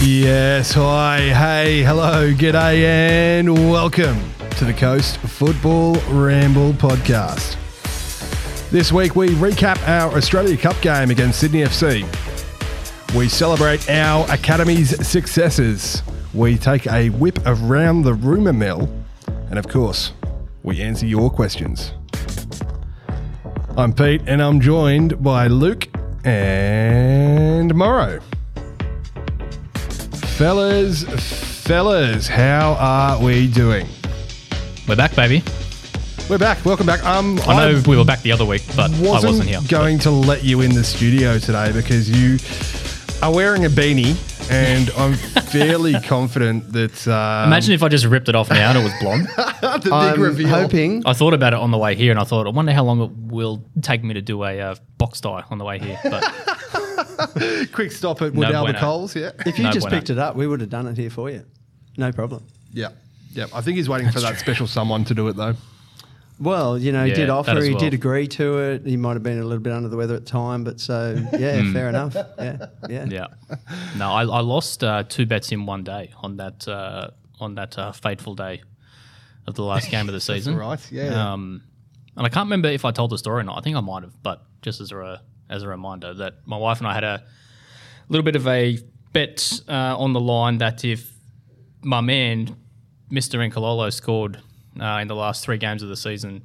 Yes, hi, hey, hello, g'day, and welcome to the Coast Football Ramble Podcast. This week we recap our Australia Cup game against Sydney FC. We celebrate our Academy's successes. We take a whip around the rumour mill. And of course, we answer your questions. I'm Pete, and I'm joined by Luke and Morrow. Fellas, fellas, how are we doing? We're back, baby. We're back. Welcome back. Um, I know we were back the other week, but I wasn't here. going to let you in the studio today because you are wearing a beanie, and I'm fairly confident that uh, Imagine if I just ripped it off now and it was blonde. the big I'm reveal. hoping I thought about it on the way here, and I thought, I wonder how long it will take me to do a uh, box dye on the way here. But Quick stop at Wood No Albert bueno. Coles. Yeah, if you No, just why not? picked it up, we would have done it here for you. No problem. yeah, yeah. I think he's waiting for that special someone to do it though. Well, you know, he Yeah, did that offer, as he well. did agree to it. He might have been a little bit under the weather at the time, but so yeah, fair enough. Yeah, yeah. Hmm. yeah, no, I, I lost uh, two bets in one day on that uh, on that uh, fateful day of the last game of the season. Right. Yeah. Um, and I can't remember if I told the story or not. I think I might have, but just as a as a reminder that my wife and I had a little bit of a bet uh, on the line that if my man Mister Incololo scored uh, in the last three games of the season,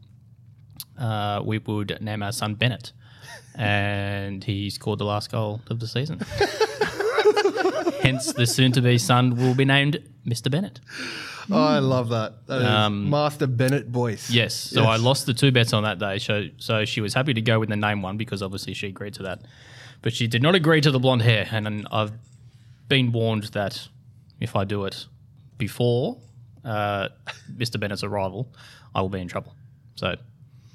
uh, we would name our son Bennett, and he scored the last goal of the season. Hence, the soon-to-be son will be named Mister Bennett. I love that. That is Um, Master Bennett voice. Yes. So I lost the two bets on that day. So so she was happy to go with the name one because obviously she agreed to that, but she did not agree to the blonde hair. And, then I've been warned that if I do it before uh, Mr. Bennett's arrival, I will be in trouble. So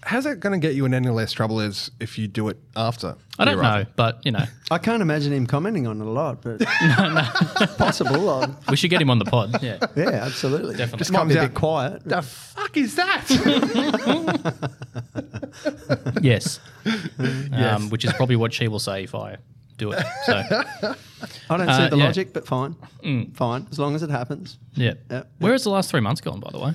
How's that going to get you in any less trouble as if you do it after? I don't your know, but you know, I can't imagine him commenting on it a lot, but it's possible. i we should get him on the pod. Yeah. yeah, absolutely. Definitely. Just might comes be a out- bit quiet. The fuck is that? Yes. Um, which is probably what she will say if I do it. So I don't Uh, see the yeah. Mm. logic, but fine, fine. As long as it happens. yeah. Yeah. Where has the last three months gone, by the way?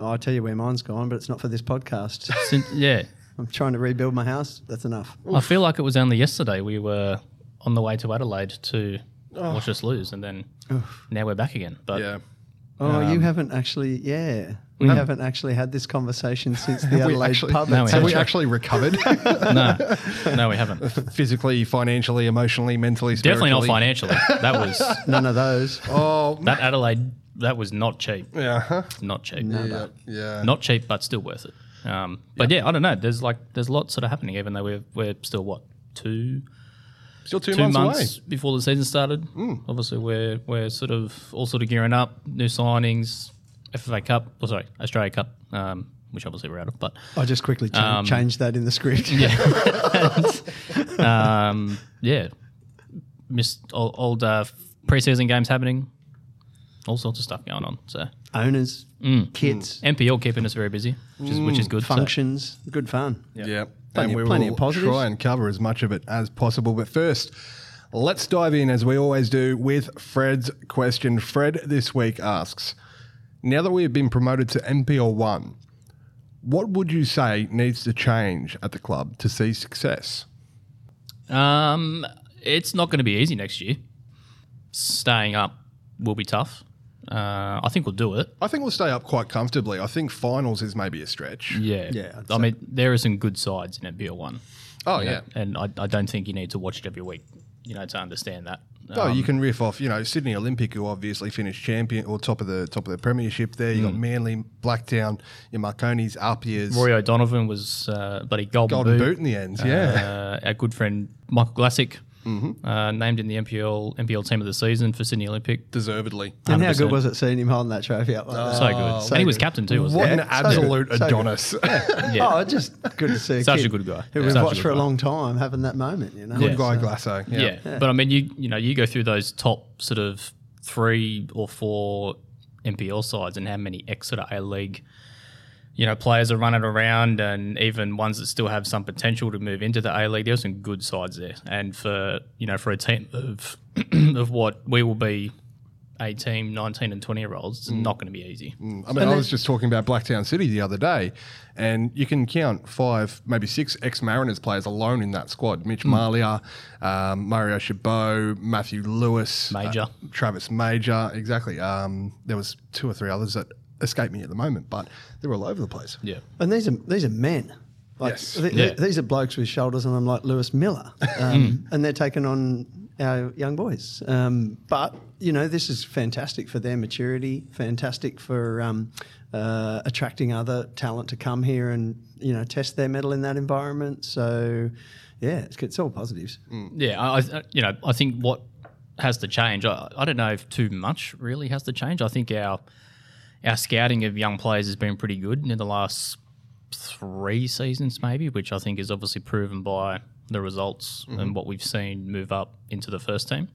I'll tell you where mine's gone, but it's not for this podcast. Since, yeah. I'm trying to rebuild my house. That's enough. I feel like it was only yesterday we were on the way to Adelaide to watch us lose, and then now we're back again. But yeah. Oh, you haven't actually, yeah. We haven't actually had this conversation since the we Adelaide actually- pub. No, we Have we Actually- actually recovered no, no, we haven't. physically, financially, emotionally, mentally, Definitely not spiritually? financially. That was None of those. Oh, that Adelaide. That was not cheap. yeah, huh? Not cheap. yeah, yeah. Not cheap, but still worth it. Um, but yeah, I don't know. There's like there's lots sort of happening, even though we're we're still what two Still two, two months, Hmm. months before the season started. Obviously, we're we're sort of all sort of gearing up, new signings, FFA Cup, or sorry, Australia Cup, um, which obviously we're out of, but. I just quickly cha- changed that in the script. um, yeah, missed old, old uh, preseason games happening, all sorts of stuff going on. So Owners, kids, NPL keeping us very busy, which is Mm, which is good. so- functions, good fun. away. Yeah, Plenty- and we plenty will of positives. try and cover as much of it as possible. But first, let's dive in as we always do with Fred's question. Fred this week asks: Now that we have been promoted to NPL one, what would you say needs to change at the club to see success? Um, it's not going to be easy next year. Staying up will be tough. Uh, I think we'll do it. I think we'll stay up quite comfortably. I think finals is maybe a stretch. Yeah, Yeah, I'd I say- mean, there are some good sides in NPL one, Oh yeah. and I, I don't think you need to watch it every week, you know, to understand that. Uh, Oh, Um, you can riff off, you know, Sydney Olympic, who obviously finished champion or top of the top of the premiership. There, you got Manly, Blacktown, your Marconi's, Alpias, Mm. Roy O'Donovan was uh, bloody golden, Golden boot. Boot in the end. Yeah, uh, our good friend Michael Glassick, uh, named in the NPL NPL team of the season for Sydney Olympic. deservedly. And how 100%. good was it seeing him holding that trophy up like that? So good, Oh, so and he was good. captain too, wasn't What he? an Yeah, so absolute good, so good. Adonis. Yeah. Oh, just good to see a Such a kid good guy. who Yeah. we've Such a watched good for a guy. long time having that moment, you know? Good Guy Glasso. Yeah. Yeah. but I mean, you you know, you go through those top sort of three or four NPL sides, and how many exit A League, you know, players are running around and even ones that still have some potential to move into the A League. There's some good sides there, and for you know, for a team of of what we will be. 18, 19, and 20 year olds, it's not going to be easy. I mean, I was just talking about Blacktown City the other day, and you can count five, maybe six ex Mariners players alone in that squad Mitch Hmm. Malia, um, Mario Chabot, Matthew Lewis, Major. uh, Travis Major. Exactly. Um, there was two or three others that escape me at the moment, but they were all over the place. Yeah. And these are these are men. Like, Yes. th- Yeah. th- these are blokes with shoulders on them, like Lewis Miller, um, and they're taking on our young boys. Um, but you know, this is fantastic for their maturity, fantastic for um, uh, attracting other talent to come here and you know test their metal in that environment. So, yeah, it's, it's all positives. Yeah, I, I you know I think what has to change. I, I don't know if too much really has to change. I think our our scouting of young players has been pretty good in the last three seasons, maybe, which I think is obviously proven by the results and what we've seen move up into the first team.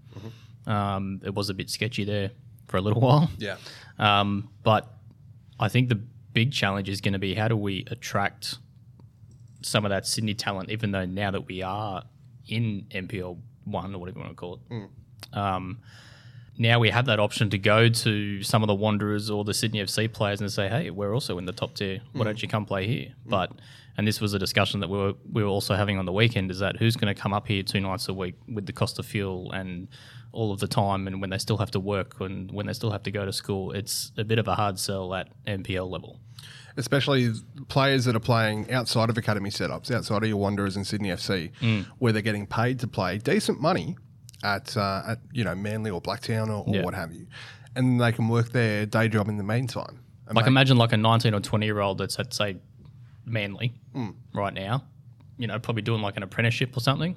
Um, it was a bit sketchy there for a little while. Yeah. Um, but I think the big challenge is going to be how do we attract some of that Sydney talent, even though now that we are in MPL one or whatever you want to call it, um, now we have that option to go to some of the Wanderers or the Sydney FC players and say, "Hey, we're also in the top tier. Why don't you come play here?" But and this was a discussion that we were we were also having on the weekend is that who's going to come up here two nights a week with the cost of fuel and all of the time and when they still have to work and when they still have to go to school, it's a bit of a hard sell at MPL level. especially players that are playing outside of academy setups, outside of your Wanderers and Sydney FC, Mm. where they're getting paid to play decent money at, uh, at you know Manly or Blacktown or, or Yeah. what have you, and they can work their day job in the meantime. And Like imagine like a 19 or 20 year old that's at say Manly right now, you know, probably doing like an apprenticeship or something.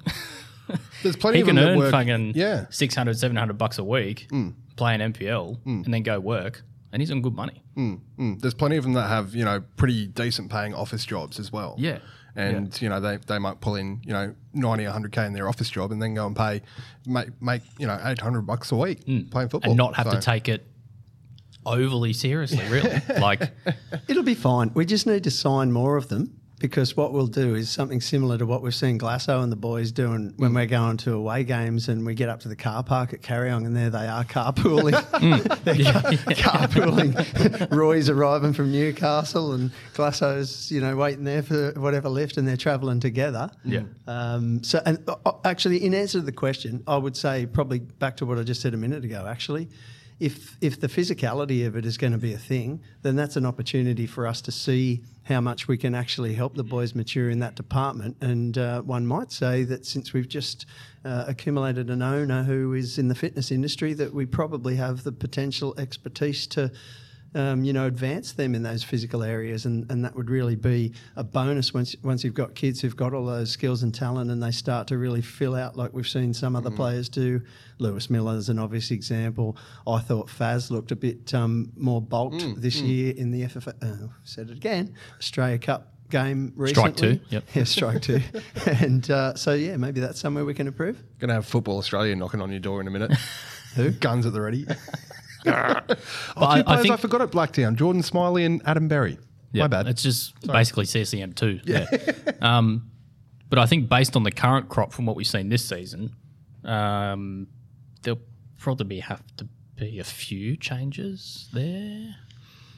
there's plenty he of them can that earn work. fucking yeah, Mm. 600, 700 bucks a week playing NPL and then go work and he's on good money. mm, there's plenty of them that have you know pretty decent paying office jobs as well. Yeah. And you know they, they might pull in you know ninety hundred k in their office job and then go and pay make make you know eight hundred bucks a week playing football Mm. And not have So- to take it overly seriously, really. like, It'll be fine. We just need to sign more of them because what we'll do is something similar to what we've seen Glasso and the boys doing when we're going to away games and we get up to the car park at Carryong and there they are carpooling. They're car- carpooling. Roy's arriving from Newcastle and Glasso's, you know, waiting there for whatever lift and they're travelling together. Yeah. Um, so, and uh, uh, actually, in answer to the question, I would say probably back to what I just said a minute ago. Actually, if if the physicality of it is going to be a thing, then that's an opportunity for us to see how much we can actually help the boys mature in that department. And uh, one might say that since we've just uh, accumulated an owner who is in the fitness industry, that we probably have the potential expertise to um, you know, advance them in those physical areas, and, and that would really be a bonus once once you've got kids who've got all those skills and talent, and they start to really fill out like we've seen some other Mm-hmm. players do. Lewis Miller is an obvious example. I thought Faz looked a bit um, more bulked Mm, this year in the FFA. Uh, said it again, Australia Cup game recently. Strike two, yep. Yeah, strike two, and uh, so yeah, maybe that's somewhere we can improve. Gonna have Football Australia knocking on your door in a minute. Who? Guns at the ready. oh, I- I two players I, think- forgot at Blacktown: Jordan Smiley and Adam Berry. yeah, Uh, My bad. It's just basically CCM too. Yeah. um, but I think based on the current crop from what we've seen this season, um, there'll probably be- have to be a few changes there.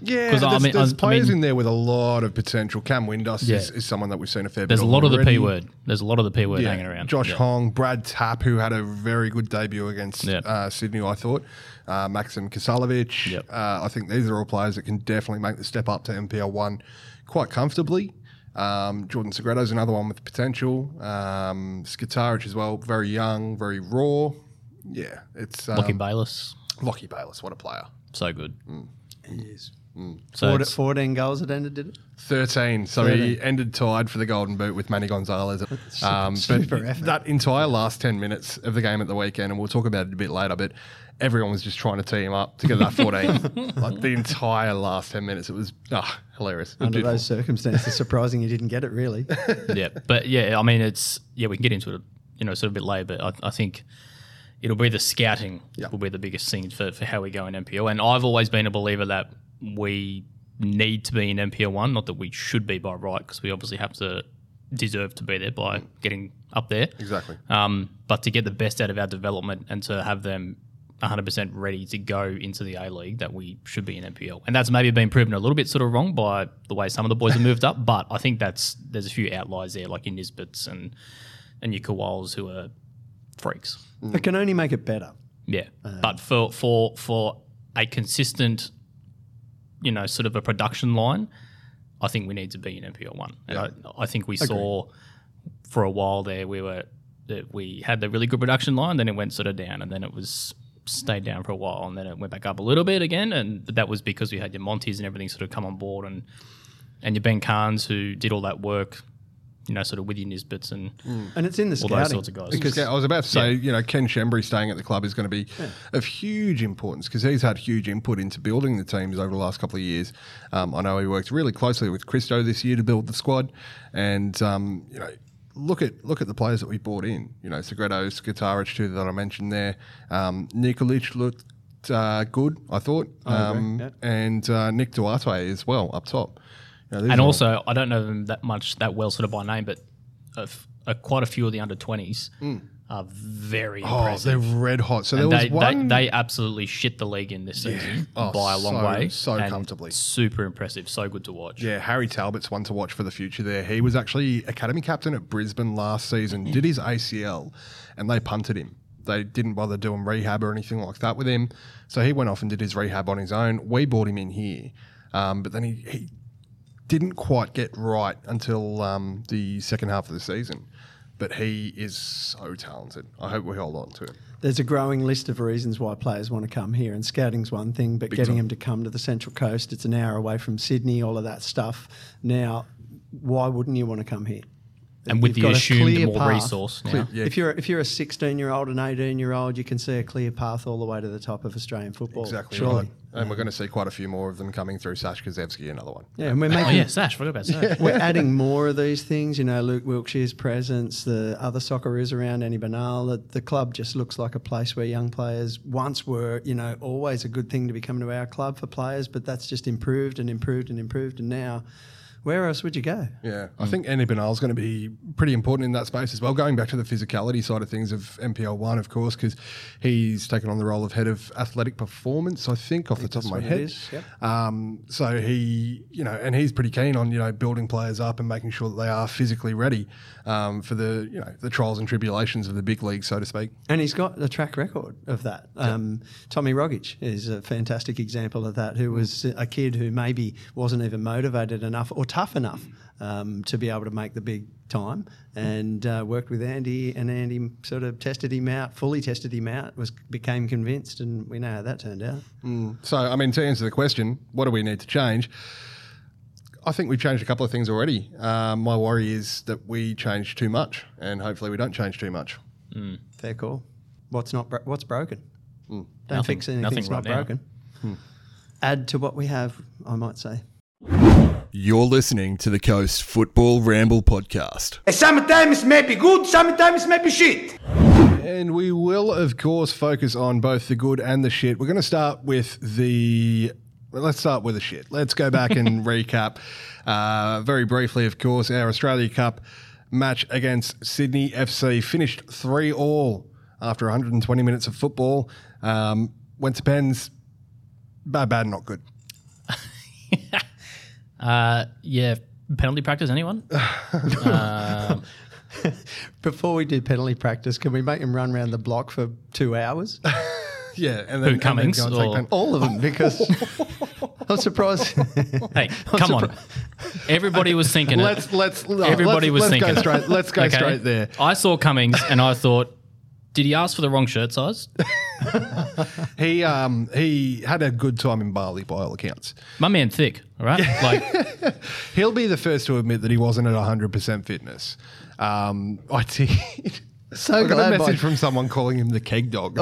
yeah, 'Cause there's, I mean- there's I- I players mean- in there with a lot of potential. Cam Windoss is, Yeah. is someone that we've seen a fair There's bit. a lot of the already. P word. There's a lot of the P word Yeah, hanging around. Josh Yeah. Hong, Brad Tapp, who had a very good debut against Yeah. uh, Sydney, I thought. Uh, Maxim Kasalovic. Yep. Uh, I think these are all players that can definitely make the step up to MPL one quite comfortably. Um, Jordan Segretto's another one with potential. Um, Skitaric as well, very young, very raw. Yeah, it's um, Mm. Lockie Bayless. Lockie Bayless. What a player! So good. Yes. So it's- 14 goals at end of did it. Thirteen. So he ended tied for the Golden Boot with Manny Gonzalez. Um, super but effort. that entire last ten minutes of the game at the weekend, and we'll talk about it a bit later. But everyone was just trying to team up to get that fourteen. like the entire last ten minutes, it was ah hilarious. It was Under beautiful. those circumstances, surprising you didn't get it really. yeah, but yeah, I mean, it's yeah, we can get into it, you know, sort of a bit later. But I, I think it'll be the scouting will be the biggest thing for, for how we go in NPL. And I've always been a believer that we need to be in NPL one. Not that we should be by right, because we obviously have to deserve to be there by getting up there. Exactly. Um, but to get the best out of our development and to have them 100% ready to go into the A League, that we should be in NPL. And that's maybe been proven a little bit sort of wrong by the way some of the boys have moved up. But I think that's there's a few outliers there, like your Nisbets and and your Kowals who are freaks. It can only make it better. Yeah, but for for for a consistent, you know, sort of a production line, I think we need to be in NPL one. And I, I think we saw for a while there we were that we had the really good production line, then it went sort of down, and then it was stayed down for a while, and then it went back up a little bit again, and that was because we had your Montes and everything sort of come on board, and and your Ben Carnes who did all that work, you know, sort of with your Nisbets and And it's in the all scouting. those sorts of guys. Because I was about to say, you know, Ken Shembry staying at the club is going to be of huge importance because he's had huge input into building the teams over the last couple of years. Um, I know he worked really closely with Christo this year to build the squad, and um, you know, look at look at the players that we brought in. You know, Segredo, Skitaric, too that I mentioned there. Um, Nikolic looked uh, good, I thought, um, yeah. and uh, Nick Duarte as well up top. You know, these and are- also I don't know them that much that well sort of by name, but of, uh, quite a few of the under twenties are very Hmm. oh, impressive. they're red hot. So there And was they, one. they, they absolutely shit the league in this season Oh, by a long so- way. so and comfortably. Super impressive. So good to watch. Yeah, Harry Talbot's one to watch for the future there. He was actually academy captain at Brisbane last season, did his ACL, and they punted him. They didn't bother doing rehab or anything like that with him. So he went off and did his rehab on his own. We brought him in here, um, but then he, he didn't quite get right until um, the second half of the season. But he is so talented. I hope we hold on to him. There's a growing list of reasons why players want to come here, and scouting's one thing, but getting them to come to the Central Coast, it's an hour away from Sydney, all of that stuff. Now, why wouldn't you want to come here? And with You've the got a assumed clear more path. resource now. Yeah. If you're if you're a 16 year old, an 18 year old, you can see a clear path all the way to the top of Australian football. Exactly surely. right. And we're going to see quite a few more of them coming through. Sash Kazevsky, another one. Yeah, and we're making Oh yeah, Sash, forgot about Sash. we're adding more of these things. You know, Luke Wilkshire's presence, the other soccerers around Annie Banal. The, the club just looks like a place where young players once were, you know, always a good thing to be coming to our club for players, but that's just improved and improved and improved. And now, where else would you go? Yeah, I think Andy Bernal is going to be pretty important in that space as well. Going back to the physicality side of things of MPL one, of course, because he's taken on the role of head of athletic performance. I think off the top of my what it head. is, yep. Um, so he, you know, and he's pretty keen on you know building players up and making sure that they are physically ready um, for the you know the trials and tribulations of the big league, so to speak. And he's got a track record of that. Um, Tommy Rogic is a fantastic example of that, who was a kid who maybe wasn't even motivated enough or tough enough um, to be able to make the big time and uh, worked with Andy, and Andy sort of tested him out, fully tested him out, was became convinced, and we know how that turned out. Hmm. So, I mean, to answer the question, what do we need to change? I think we've changed a couple of things already. Um, my worry is that we change too much, and hopefully, we don't change too much. Fair call. What's not bro- what's broken? Don't Hmm. Nothing- fix anything nothing that's not right now. Hmm. broken. Add to what we have, I might say. You're listening to the Coast Football Ramble Podcast. Sometimes may be good, sometimes may be shit. And we will, of course, focus on both the good and the shit. We're going to start with the. Well, let's start with the shit. Let's go back and recap uh, very briefly, of course, our Australia Cup match against Sydney FC finished 3 all after 120 minutes of football. Um, went to pens. Bad, bad, not good. Uh, yeah, penalty practice. Anyone? Before we do penalty practice, can we make him run around the block for two hours? Yeah. And then, Cummings And then go and or- take pen- All of them, because I'm surprised. Hey, come on. Everybody was thinking it. Let's let's Everybody let's- was let's thinking go it. straight. Let's go Okay. straight there. I saw Cummings and I thought, did he ask for the wrong shirt size? He um he had a good time in Bali by all accounts. My man, thick. All right, like He'll be the first to admit that he wasn't at 100% fitness. Um, I did. So I got a glad, message Mike. from someone calling him the keg dog.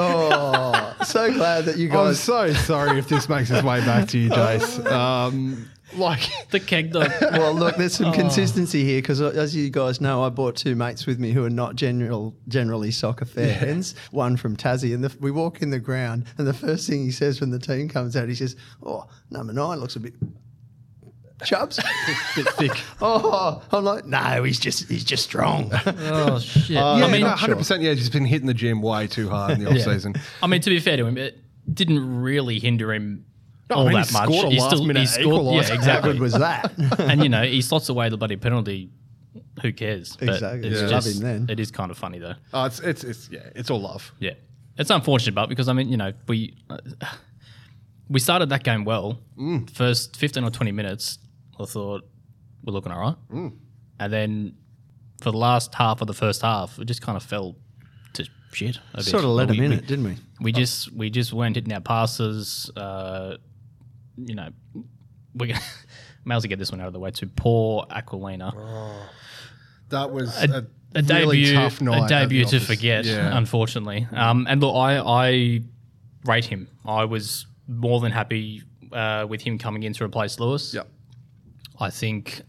so glad that you I'm guys. so sorry if this makes its way back to you, Jace. Um, like, the keg dog. well, look, there's Oh. some consistency here because, as you guys know, I brought two mates with me who are not general, generally soccer fans. One from Tassie, and the, we walk in the ground, and the first thing he says when the team comes out, he says, "Oh, number nine looks a bit Chubbs? bit thick. oh, I'm like, no, he's just he's just strong. Oh shit! yeah, I mean, no, 100%. Yeah, he's been hitting the gym way too hard in the off season. I mean, to be fair to him, it didn't really hinder him all mean, he that much. scored a He last minute he equaliser. yeah, How good exactly. was that? and you know, he slots away the bloody penalty. Who cares? But Exactly. It's Yeah. Love just, him then. It is kind of funny though. Oh, it's, it's, it's, yeah, it's all love. Yeah, it's unfortunate, but because I mean, you know, we uh, we started that game well. Mm. First fifteen or twenty minutes, I thought we're looking all right, Mm. and then for the last half of the first half, it just kind of fell to shit. a bit. sort of let Like, him we- in we- it, didn't we? we just we just weren't hitting our passes. Uh, you know, we may as well get this one out of the way. To poor Aquilina, That was a, a, a really debut, tough night. at a the debut to office. forget. Yeah. Unfortunately, um, and look, I I rate him. I was more than happy uh, with him coming in to replace Lewis. Yep. I think,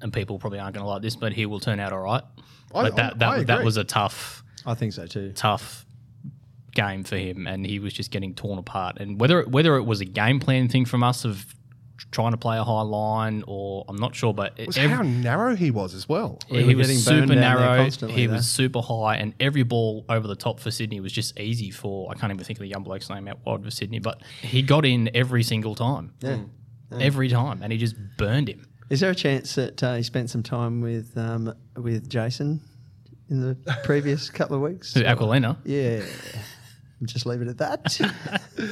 and people probably aren't going to like this, but he will turn out all right. I- but that I- that, I that agree. was a tough I think so too. tough game for him, and he was just getting torn apart. And whether whether it was a game plan thing from us of trying to play a high line, or I'm not sure, but it- was ev- how narrow he was as well. he were was getting super burned down there narrow. constantly He there. was super high, and every ball over the top for Sydney was just easy for. I can't even think of the young bloke's name out wide for Sydney, but he got in every single time, every time, and he just burned him. Is there a chance that uh, he spent some time with um, with Jason in the previous couple of weeks? To Aquilina, Yeah. Just leave it at that.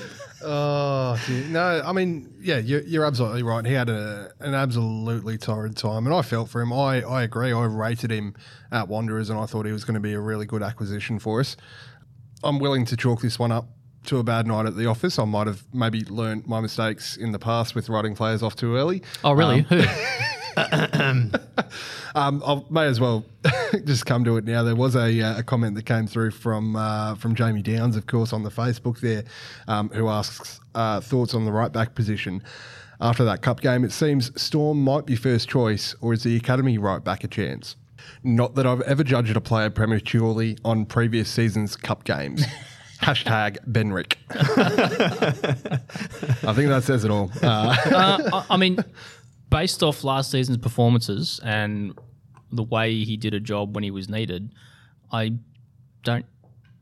Oh, gee. no, I mean, yeah, you're, you're absolutely right. He had a, an absolutely torrid time, and I felt for him. I, I agree. I rated him at Wanderers, and I thought he was going to be a really good acquisition for us. I'm willing to chalk this one up to a bad night at the office. I might have maybe learnt my mistakes in the past with writing players off too early. oh really? Who? Um, I may as well just come to it now. There was a, uh, a comment that came through from uh, from Jamie Downs, of course, on the Facebook there, um, who asks uh, thoughts on the right back position. After that cup game, it seems Storm might be first choice, or is the academy right back a chance? Not that I've ever judged a player prematurely on previous seasons' cup games. Hashtag Benrick. I think that says it all. Uh, I, I mean, based off last season's performances and the way he did a job when he was needed, I don't,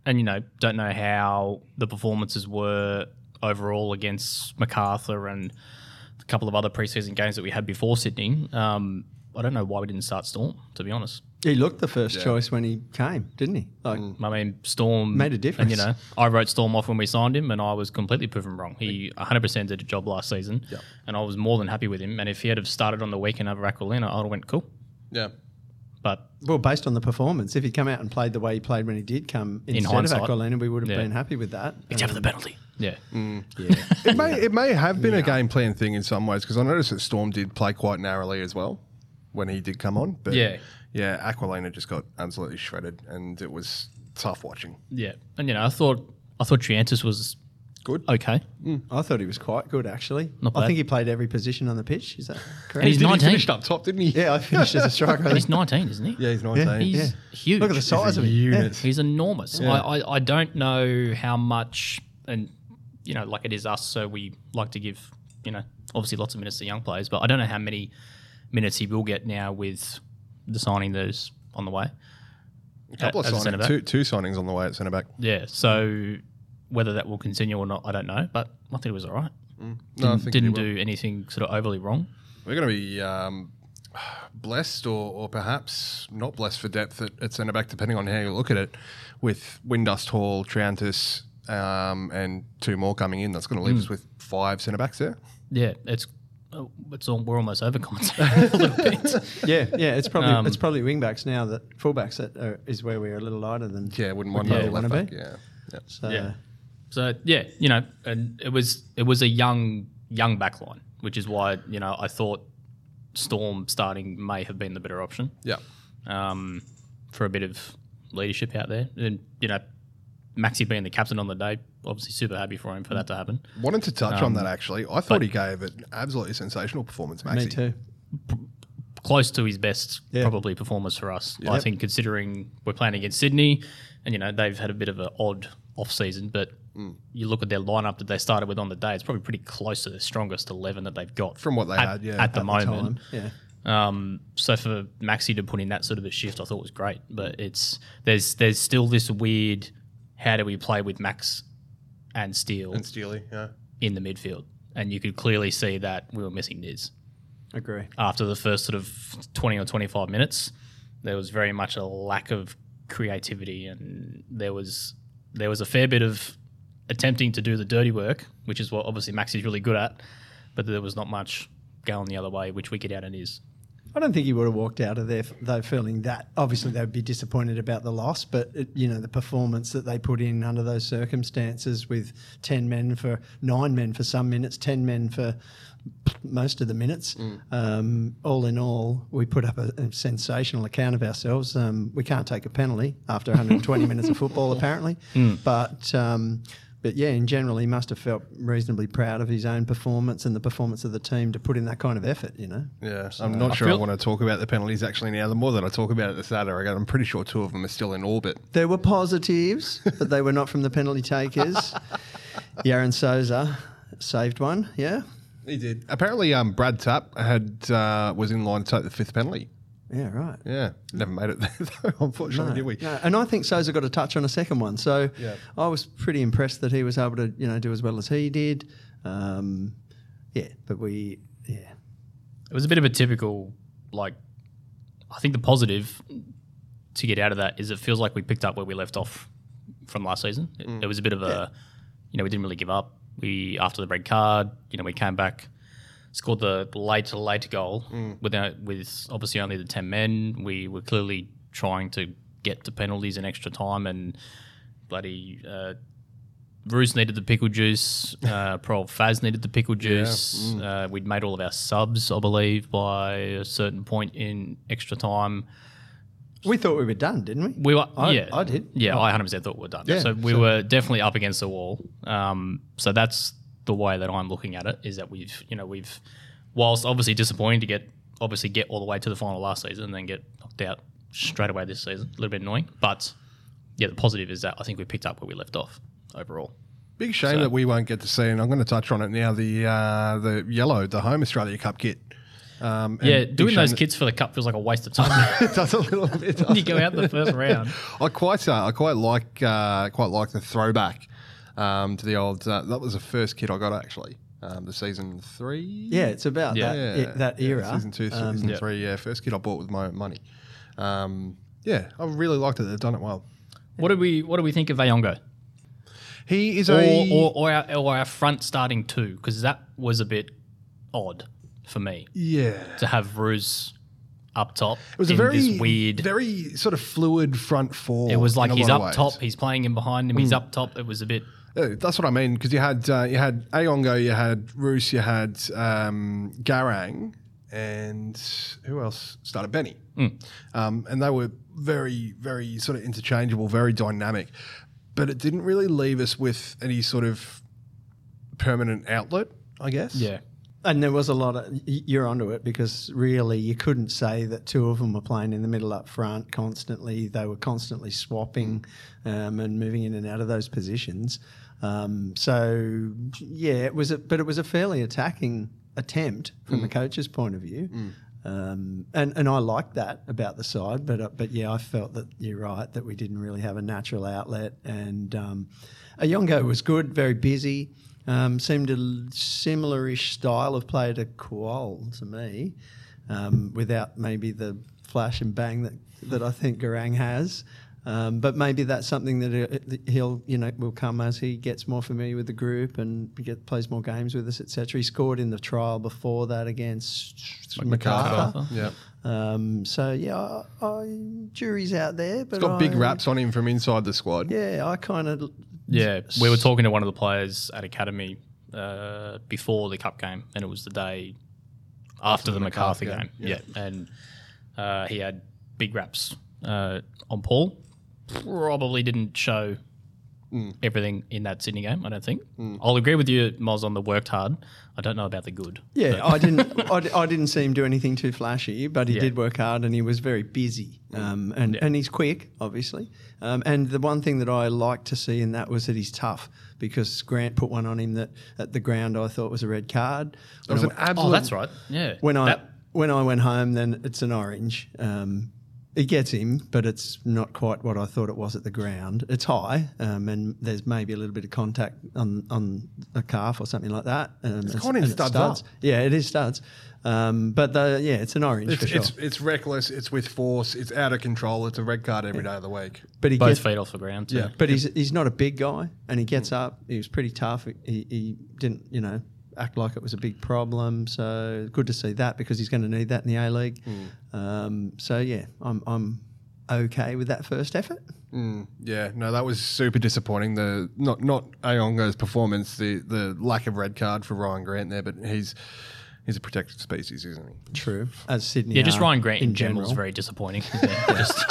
and you know, don't know how the performances were overall against MacArthur and a couple of other preseason games that we had before Sydney. Um, I don't know why we didn't start Storm, to be honest. he looked the first choice when he came, didn't he? Like, I mean, Storm Made a difference. And, you know, I wrote Storm off when we signed him, and I was completely proven wrong. He 100% did a job last season, and I was more than happy with him. And if he had have started on the weekend over Aquilina, I'd have went cool. yeah. But well, based on the performance, if he'd come out and played the way he played when he did come instead hindsight. of Aquilina, we would have Yeah. been happy with that. Um, penalty, yeah, It may it may have been a game plan thing in some ways because I noticed that Storm did play quite narrowly as well when he did come on. But Yeah. yeah, Aquilina just got absolutely shredded, and it was tough watching. yeah. And you know, I thought I thought Triantis was Good. okay, I thought he was quite good actually. Not I bad. think he played every position on the pitch. Is that correct? and he's Did he nineteen. finished up top, didn't he? yeah, I finished as a striker. I He's think. nineteen, isn't he? yeah, he's nineteen. He's huge. Look at the size of him. Yeah. He's enormous. I, I, I don't know how much, and you know, like it is us, so we like to give, you know, obviously lots of minutes to young players, but I don't know how many minutes he will get now with the signing that is on the way. a couple of As a centre signings, back. two, two signings on the way at centre back. Yeah. So whether that will continue or not, I don't know, but I think it was all right. Mm. No, I think he Didn't will. do anything sort of overly wrong. We're going to be um, blessed, or, or perhaps not blessed for depth at, at centre back, depending on how you look at it. With Windust Hall, Triantis, um, and two more coming in, that's going to leave us with five centre backs there. Yeah. It's, oh, it's all, we're almost overcompensating a little bit. yeah, yeah. It's probably Um, it's probably wing backs now that fullbacks that are, is where we're a little lighter than. Yeah, wouldn't want Yeah, another wanna left back. be. Yeah. yeah. So, Yeah. Uh, So yeah, you know, and it was it was a young young backline, which is why you know I thought Storm starting may have been the better option Yeah. um, for a bit of leadership out there, and you know, Maxi being the captain on the day, obviously super happy for him for that to happen. Wanted to touch on that actually. I thought he gave an absolutely sensational performance, Maxi. Me too. Close to his best Yeah. probably performance for us, I think, considering we're playing against Sydney, and you know they've had a bit of an odd off season, but you look at their lineup that they started with on the day, it's probably pretty close to the strongest 11 that they've got From what they at, had, yeah, at the at the moment. Yeah. Um, so for Maxi to put in that sort of a shift, I thought was great. But it's there's there's still this weird how do we play with Max and Steele And Steely, yeah. in the midfield, and you could clearly see that we were missing Niz Agree. after the first sort of 20 or 25 minutes there was very much a lack of creativity and there was there was a fair bit of attempting to do the dirty work which is what obviously Max is really good at but there was not much going the other way which we get out and is I don't think he would have walked out of there f- though feeling that. Obviously, they'd be disappointed about the loss, but it, you know the performance that they put in under those circumstances, with ten men for nine men for some minutes, ten men for most of the minutes. Um, all in all, we put up a, a sensational account of ourselves. Um, we can't take a penalty after 120 minutes of football, apparently, but. Um, but yeah, in general, he must have felt reasonably proud of his own performance and the performance of the team to put in that kind of effort, you know. Yeah, I'm not sure I feel- want to talk about the penalties actually now. The more that I talk about it, the sadder I get. I'm pretty sure two of them are still in orbit. There were positives, but they were not from the penalty takers. Yaron Souza saved one, yeah? He did. Apparently, um, Brad Tapp had uh, was in line to take the fifth penalty. Yeah, right. Yeah, never made it there, though, unfortunately, did we? No, and I think Souza got a touch on a second one. So Yeah. I was pretty impressed that he was able to, you know, do as well as he did. Um, yeah, but we, yeah. it was a bit of a typical like I think the positive to get out of that is it feels like we picked up where we left off from last season. It, it was a bit of a you know we didn't really give up. We after the red card, you know, we came back, scored the late late goal without with obviously only the ten men. We were clearly trying to get to penalties in extra time and bloody uh, Bruce needed the pickle juice. Uh, Prol Faz needed the pickle juice. Uh, we'd made all of our subs, I believe, by a certain point in extra time. We thought we were done, didn't we? We were, I- yeah, I did. Yeah, I 100 percent thought we were done. Yeah, so we so- were definitely up against the wall. Um, so that's the way that I'm looking at it is that we've, you know, we've, whilst obviously disappointing to get, obviously get all the way to the final last season and then get knocked out straight away this season, a little bit annoying. But yeah, the positive is that I think we picked up where we left off overall. Big shame that we won't get to see, and I'm going to touch on it now. The uh, the yellow, the home Australia Cup kit. Um, and Yeah, big doing shame those that- kits for the cup feels like a waste of time. It does a little bit. you go out the first round. I quite uh, I quite like uh, quite like the throwback um, to the old. Uh, that was the first kit I got actually. Um, the season three. Yeah, it's about Yeah. That, i- that Yeah, era. Um, season two, season three. Yeah, first kit I bought with my own money. Um, yeah, I really liked it. They've done it well. What do we What do we think of Vayongo? He is Or a or, or, our, or our front starting two? Because that was a bit odd for me yeah. to have Ruse up top. It was a in very this weird. very sort of fluid front four. it was like in a he's lot of up ways. top, he's playing him behind him, he's up top. It was a bit. Yeah, that's what I mean because you had uh, you had Aongo, you had Roos, you had um, Garang, and who else started Benny, Hmm. um, and they were very very sort of interchangeable, very dynamic, but it didn't really leave us with any sort of permanent outlet, I guess. And there was a lot of y- you're onto it because really you couldn't say that two of them were playing in the middle up front constantly. They were constantly swapping um, and moving in and out of those positions. Um, so yeah, it was a but it was a fairly attacking attempt from the coach's point of view. Um, and and I like that about the side, but uh, but yeah, I felt that you're right that we didn't really have a natural outlet. And um, Ayongo was good, very busy, um, seemed a l- similar-ish style of play to Kual to me, um, without maybe the flash and bang that that I think Garang has. Um, but maybe that's something that uh, that he'll, you know, will come as he gets more familiar with the group and get, plays more games with us, etc. He scored in the trial before that against MacArthur. Yeah, Um, so yeah, I, I, jury's out there, but got big I- raps on him from inside the squad. Yeah, I kind of Yeah, we were talking to one of the players at academy uh, before the cup game, and it was the day after, the, MacArthur, game. Yeah, and uh, he had big raps uh, on Paul. Probably didn't show everything in that Sydney game. I don't think. I'll agree with you, Moz, on the worked hard. I don't know about the good. Yeah, I didn't. I, d- I didn't see him do anything too flashy, but he did work hard and he was very busy. Mm. Um, and and he's quick, obviously. Um, and the one thing that I liked to see in that was that he's tough because Grant put one on him that at the ground I thought was a red card. It was an absolute. Oh, that's right. Yeah. When I That- when I went home, then it's an orange. Um, it gets him, but it's not quite what I thought it was at the ground. It's high, um, and there's maybe a little bit of contact on on a calf or something like that. Um, it's gone in and it studs up. Yeah, it is studs. Um, but the, yeah, it's an orange It's, for sure. it's, it's reckless. It's with force. It's out of control. It's a red card every day of the week. but he both gets, feet off the ground. Too. Yeah. but he's he's not a big guy, and he gets up. He was pretty tough. He, he didn't, you know, act like it was a big problem. So good to see that because he's going to need that in the A League. Um, so yeah, I'm I'm okay with that first effort. Yeah, no, that was super disappointing. The not not Aongo's performance, the the lack of red card for Ryan Grant there, but he's he's a protected species, isn't he? True. As Sydney, Yeah, just are Ryan Grant in, general is very disappointing. Yeah, just-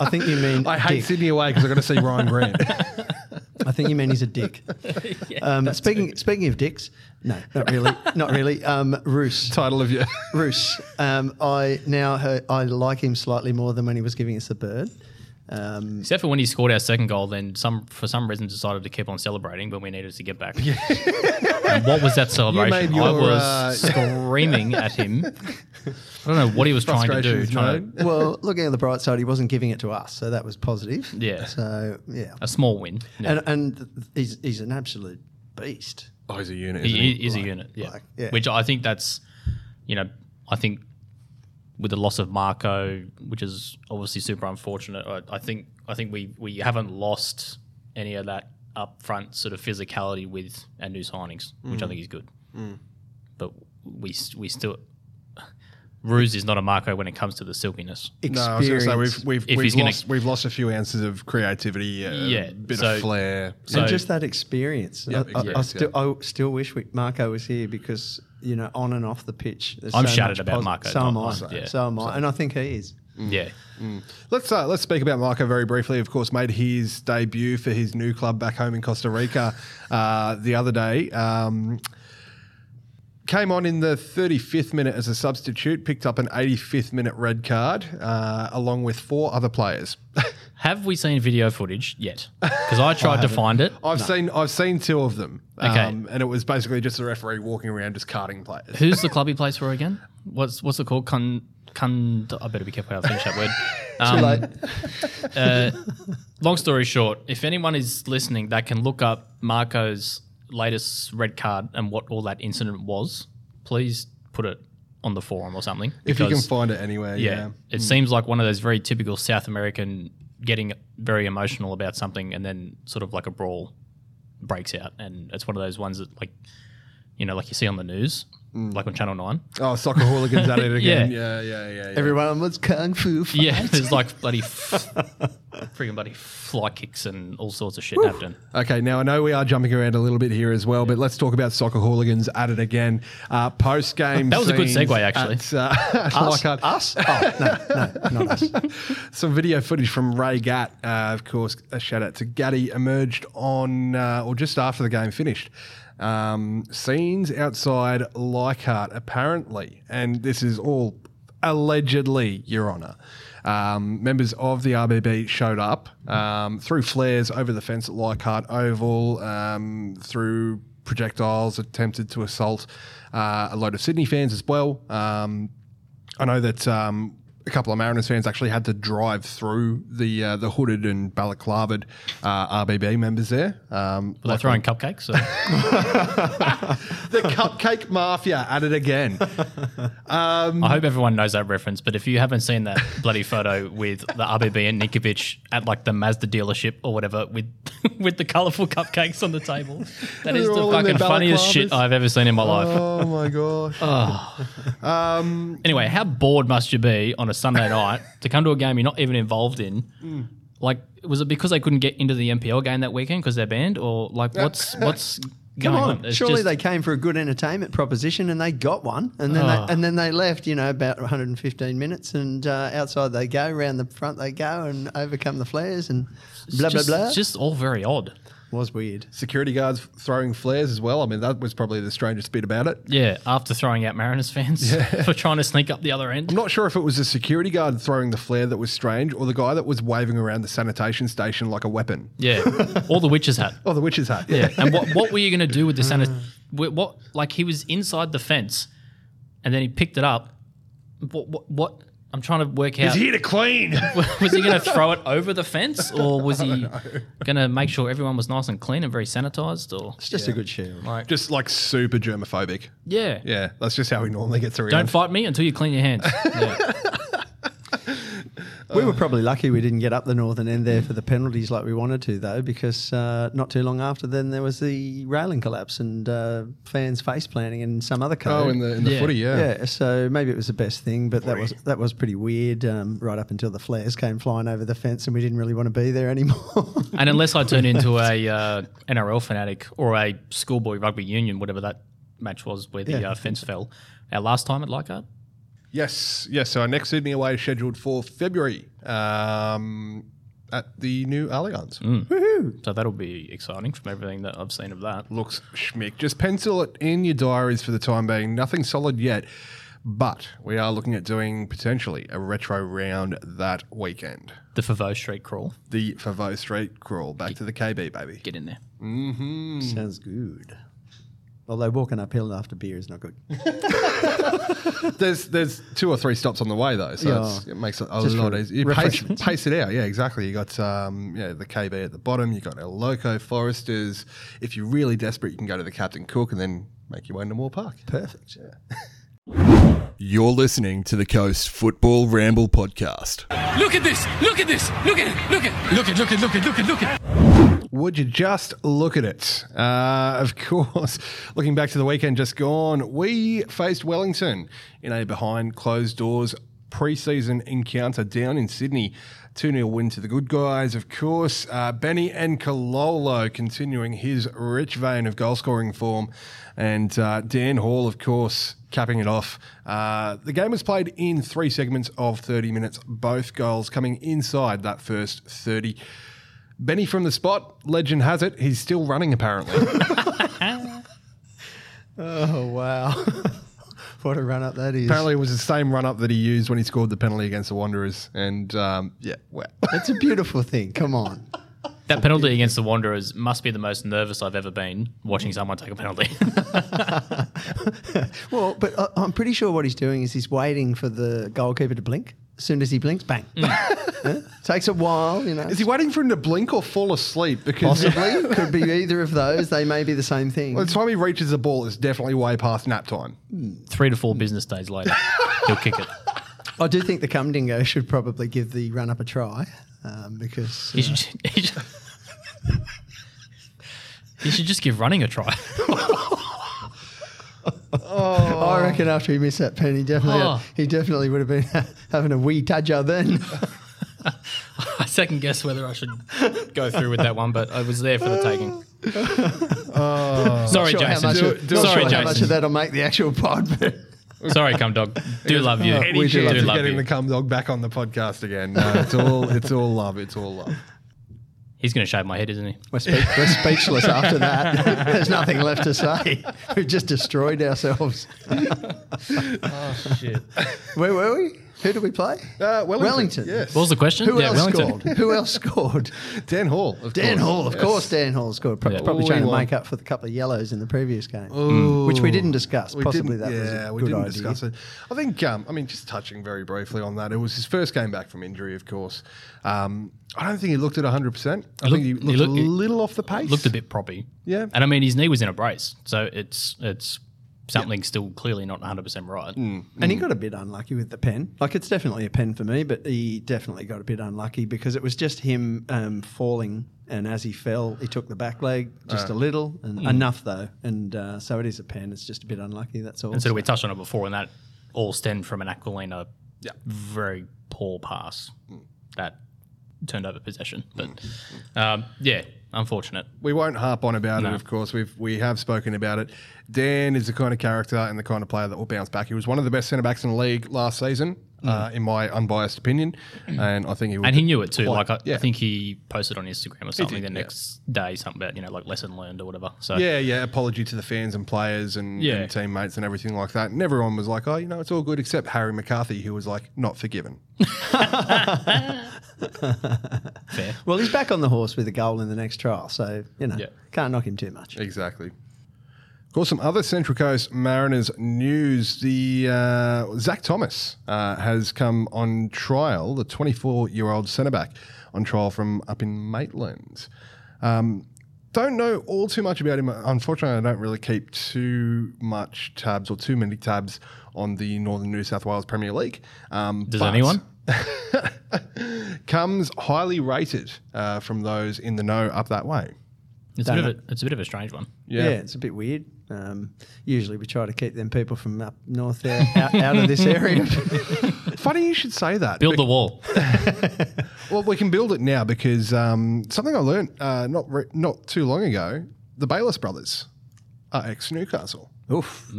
I think you mean. I hate dick. Sydney away because I got to see Ryan Grant. I think you mean he's a dick. um, speaking speaking of dicks, no, not really, not really. Um, Roos, Title of your Roos. Um, I now he- I like him slightly more than when he was giving us the bird. Um, Except for when he scored our second goal, then some for some reason decided to keep on celebrating when we needed to get back. and what was that celebration? your, I was uh, screaming at him. I don't know what he was trying to do. frustrations. Trying known. to, well, looking at the bright side, he wasn't giving it to us, so that was positive. Yeah. So yeah, a small win. Yeah. and and he's he's an absolute beast. Oh, he's a unit. Isn't He he? is a unit, yeah. like, yeah. Which I think that's, you know, I think with the loss of Marco, which is obviously super unfortunate. I, I think I think we we haven't lost any of that upfront sort of physicality with our new signings, which I Mm. think is good. But we s- we still. Ruse is not a Marco when it comes to the silkiness. No, I was going to say Experience. we've we've, If we've he's gonna- lost we've lost a few ounces of creativity, a Yeah, bit so- of flair. So and just that experience. I- I, I, experience, still, I still wish we, Marco was here because you know, on and off the pitch, there's I'm so shattered much about Marco, So am not I. us, yeah. So am I, and I think he is. yeah, Let's uh, let's speak about Marco very briefly. Of course, made his debut for his new club back home in Costa Rica uh, the other day. Um, came on in the 35th minute as a substitute, picked up an 85th minute red card uh, along with four other players. have we seen video footage yet? Because I tried to find it. I've seen I've seen two of them, Um, Okay. and it was basically just the referee walking around just carting players. Who's the club he plays for again? What's what's it called? Con, con, I better be careful how I finish that word. Um, uh, long story short, if anyone is listening that can look up Marco's latest red card and what all that incident was, please put it on the forum or something. If you can because- find it anywhere, yeah. it seems like one of those very typical South American getting very emotional about something and then sort of like a brawl breaks out. And it's one of those ones that, like, you know, like you see on the news, like on Channel 9. Oh, soccer hooligans at it again. yeah, Yeah. yeah, yeah. yeah. Everyone was kung fu. fight. Yeah, there's like bloody, f- freaking bloody fly kicks and all sorts of shit happening. Okay, now I know we are jumping around a little bit here as well, but let's talk about soccer hooligans at it again. Uh, Post game, That was a good segue, actually. uh, us. Leichhardt. us? Oh no, no, not us. some video footage from Ray Gatt. Uh, of course, a shout out to Gatty emerged on uh, or just after the game finished. Um, scenes outside Leichhardt, apparently, and this is all allegedly, Your Honour. Um, members of the RBB showed up, um, threw flares over the fence at Leichhardt Oval, um, through projectiles, attempted to assault uh, a load of Sydney fans as well. Um, I know that um, a couple of Mariners fans actually had to drive through the uh, the hooded and balaclavaed uh, RBB members there. Um, Were they throwing cupcakes? Or? the cupcake mafia at it again. I hope everyone knows that reference, but if you haven't seen that bloody photo with the RBB and Nikovic at like the Mazda dealership or whatever with with the colourful cupcakes on the table, that is They're the all in their fucking funniest balaclavas. shit I've ever seen in my life. oh my gosh! Anyway, how bored must you be on a Sunday night to come to a game you're not even involved in? Mm. Like, was it because they couldn't get into the NPL game that weekend because they're banned, or like, what's what's Uh, Come going on! It's Surely just- they came for a good entertainment proposition, and they got one, and then Oh. they, and then they left. You know, about 115 minutes, and uh, outside they go, round the front they go, and overcome the flares, and blah blah just- blah. It's just all very odd. was weird. Security guards throwing flares as well. I mean, that was probably the strangest bit about it. Yeah, after throwing out Mariners fans for trying to sneak up the other end. I'm not sure if it was the security guard throwing the flare that was strange or the guy that was waving around the sanitation station like a weapon. Yeah, all the witches hat. Oh, the witch's hat. Yeah, and what what were you going to do with the sanit? wh- What like he was inside the fence, and then he picked it up. What what, what I'm trying to work out. to clean. was he going to throw it over the fence, or was he going to make sure everyone was nice and clean and very sanitized? Or It's just a good share. just like super germophobic. yeah, Yeah, that's just how he normally gets around. don't fight me until you clean your hands. Yeah. We were probably lucky we didn't get up the northern end there for the penalties like we wanted to, though, because uh, not too long after then there was the railing collapse and uh, fans face planting and some other code. oh, in the in the Yeah. footy, yeah. yeah, so maybe it was the best thing, but that was that was pretty weird. Um, right up until the flares came flying over the fence, and we didn't really want to be there anymore. and unless I turn into a uh, NRL fanatic or a schoolboy rugby union, whatever that match was where the Yeah. uh, fence fell, our last time at Leichhardt. Yes, yes. So our next Sydney away is scheduled for February um, at the new Allianz. So that'll be exciting from everything that I've seen of that. Looks schmick. Just pencil it in your diaries for the time being. Nothing solid yet, but we are looking at doing potentially a retro round that weekend. The Favreau Street crawl. The Favo Street crawl back to the KB, baby. Get in there. Hmm. Sounds good. Although walking uphill after beer is not good. There's there's two or three stops on the way though, so Yeah. it's, it makes it a Just lot for easier. You pace, refreshments. pace it out, yeah, exactly. You got um, yeah, the KB at the bottom. You got El Loco Foresters. If you're really desperate, you can go to the Captain Cook and then make your way into Moore Park. Perfect. You're listening to the Coast Football Ramble podcast. Look at this! Look at this! Look at it! Look at it! Look at! Look at! Look at! Look at! Look at! Would you just look at it? Uh, of course, looking back to the weekend just gone, we faced Wellington in a behind closed doors preseason encounter down in Sydney. 2 0 win to the good guys, of course. Uh, Benny and Cololo continuing his rich vein of goal scoring form. And uh, Dan Hall, of course, capping it off. Uh, the game was played in three segments of 30 minutes, both goals coming inside that first 30. Benny from the spot, legend has it, he's still running apparently. Oh wow, what a run up that is! apparently, it was the same run up that he used when he scored the penalty against the Wanderers. And um, yeah, wow. It's a beautiful thing. Come on. That penalty against the Wanderers must be the most nervous I've ever been watching someone take a penalty. Well, but I, I'm pretty sure what he's doing is he's waiting for the goalkeeper to blink. As soon as he blinks, bang. Yeah? Takes a while, you know. Hmm. Is he waiting for him to blink or fall asleep? Because Possibly could be either of those. They may be the same thing. by the time he reaches the ball, it's definitely way past nap time. Three to four business days later, he'll kick it. I do think the Cumdingo should probably give the run up a try um, because He should, ju- he should, he should just give running a try. I reckon after he missed that pen, he definitely Oh. he definitely would have been having a wee tadger then. I second guess whether I should go through with that one, but I was there for the taking. Sorry, Sure, how Jason. much of- not Sorry, sure how much of Jason. that'll make the actual pod. But Sorry, cum dog. Do love you. Any do chance of love getting you. the cum dog back on the podcast again? No, it's all it's all love. It's all love. He's going to shave my head, isn't he? we're, speak, we're speechless after that. There's nothing left to say. We've just destroyed ourselves. Oh, Shit. Where were we? Who did we play? Uh, Wellington, Wellington. yes. What was the question? Who yeah, else Wellington. scored? Who else scored? Dan Hall, of Dan course. Hall, of Yes. course. Dan Hall scored. Pro- Yeah. Probably All trying we to want. make up for the couple of yellows in the previous game, which we didn't discuss. Possibly didn't- that was a yeah, good we didn't idea. discuss it. I think, um, I mean, just touching very briefly on that, it was his first game back from injury, of course. Um, I don't think he looked at 100%. I think he looked- looked, he a looked- he little off the pace. looked a bit proppy. Yeah. And I mean, his knee was in a brace, so it's it's something still clearly not 100 percent right. Mm. And he got a bit unlucky with the pen. Like it's definitely a pen for me, but he definitely got a bit unlucky because it was just him um, falling, and as he fell, he took the back leg just a little, and enough though, and uh, so it is a pen. It's just a bit unlucky. That's all. And so we touched on it before, and that all stemmed from an Aquilina very Mm. poor pass that turned over possession. But um, yeah, unfortunate. we won't harp on about No. it. Of course, we've we have spoken about it. Dan is the kind of character and the kind of player that will bounce back. He was one of the best centre backs in the league last season, uh, in my unbiased opinion, and I think he will Mm. And he knew it too. Quite, like I, yeah. I think he posted on Instagram or something did, the yeah. next day, something about you know like lesson learned or whatever. So Yeah, yeah. Apology to the fans and players and, Yeah. and teammates and everything like that. And everyone was like, "Oh, you know, it's all good," except Harry McCarthy, who was like, "Not forgiven." fair. Well, he's back on the horse with a goal in the next trial, so you know Yeah. can't knock him too much. Exactly. Of course, some other Central Coast Mariners news. The uh, Zach Thomas uh, has come on trial, the 24 year old centre back on trial from up in Maitland. Um, don't know all too much about him. Unfortunately, I don't really keep too much tabs or too many tabs on the Northern New South Wales Premier League. Um, Does but- anyone? Comes highly rated uh, from those in the know up that way. It's a bit of a, it's a bit of a strange one. Yeah. it's a bit weird. Um, usually we try to keep them people from up north there out, out of this area. Funny you should say that. Build the wall. Well, we can build it now because um, something I learned uh, not re- not too long ago. The Bayless brothers are ex Newcastle, Oof.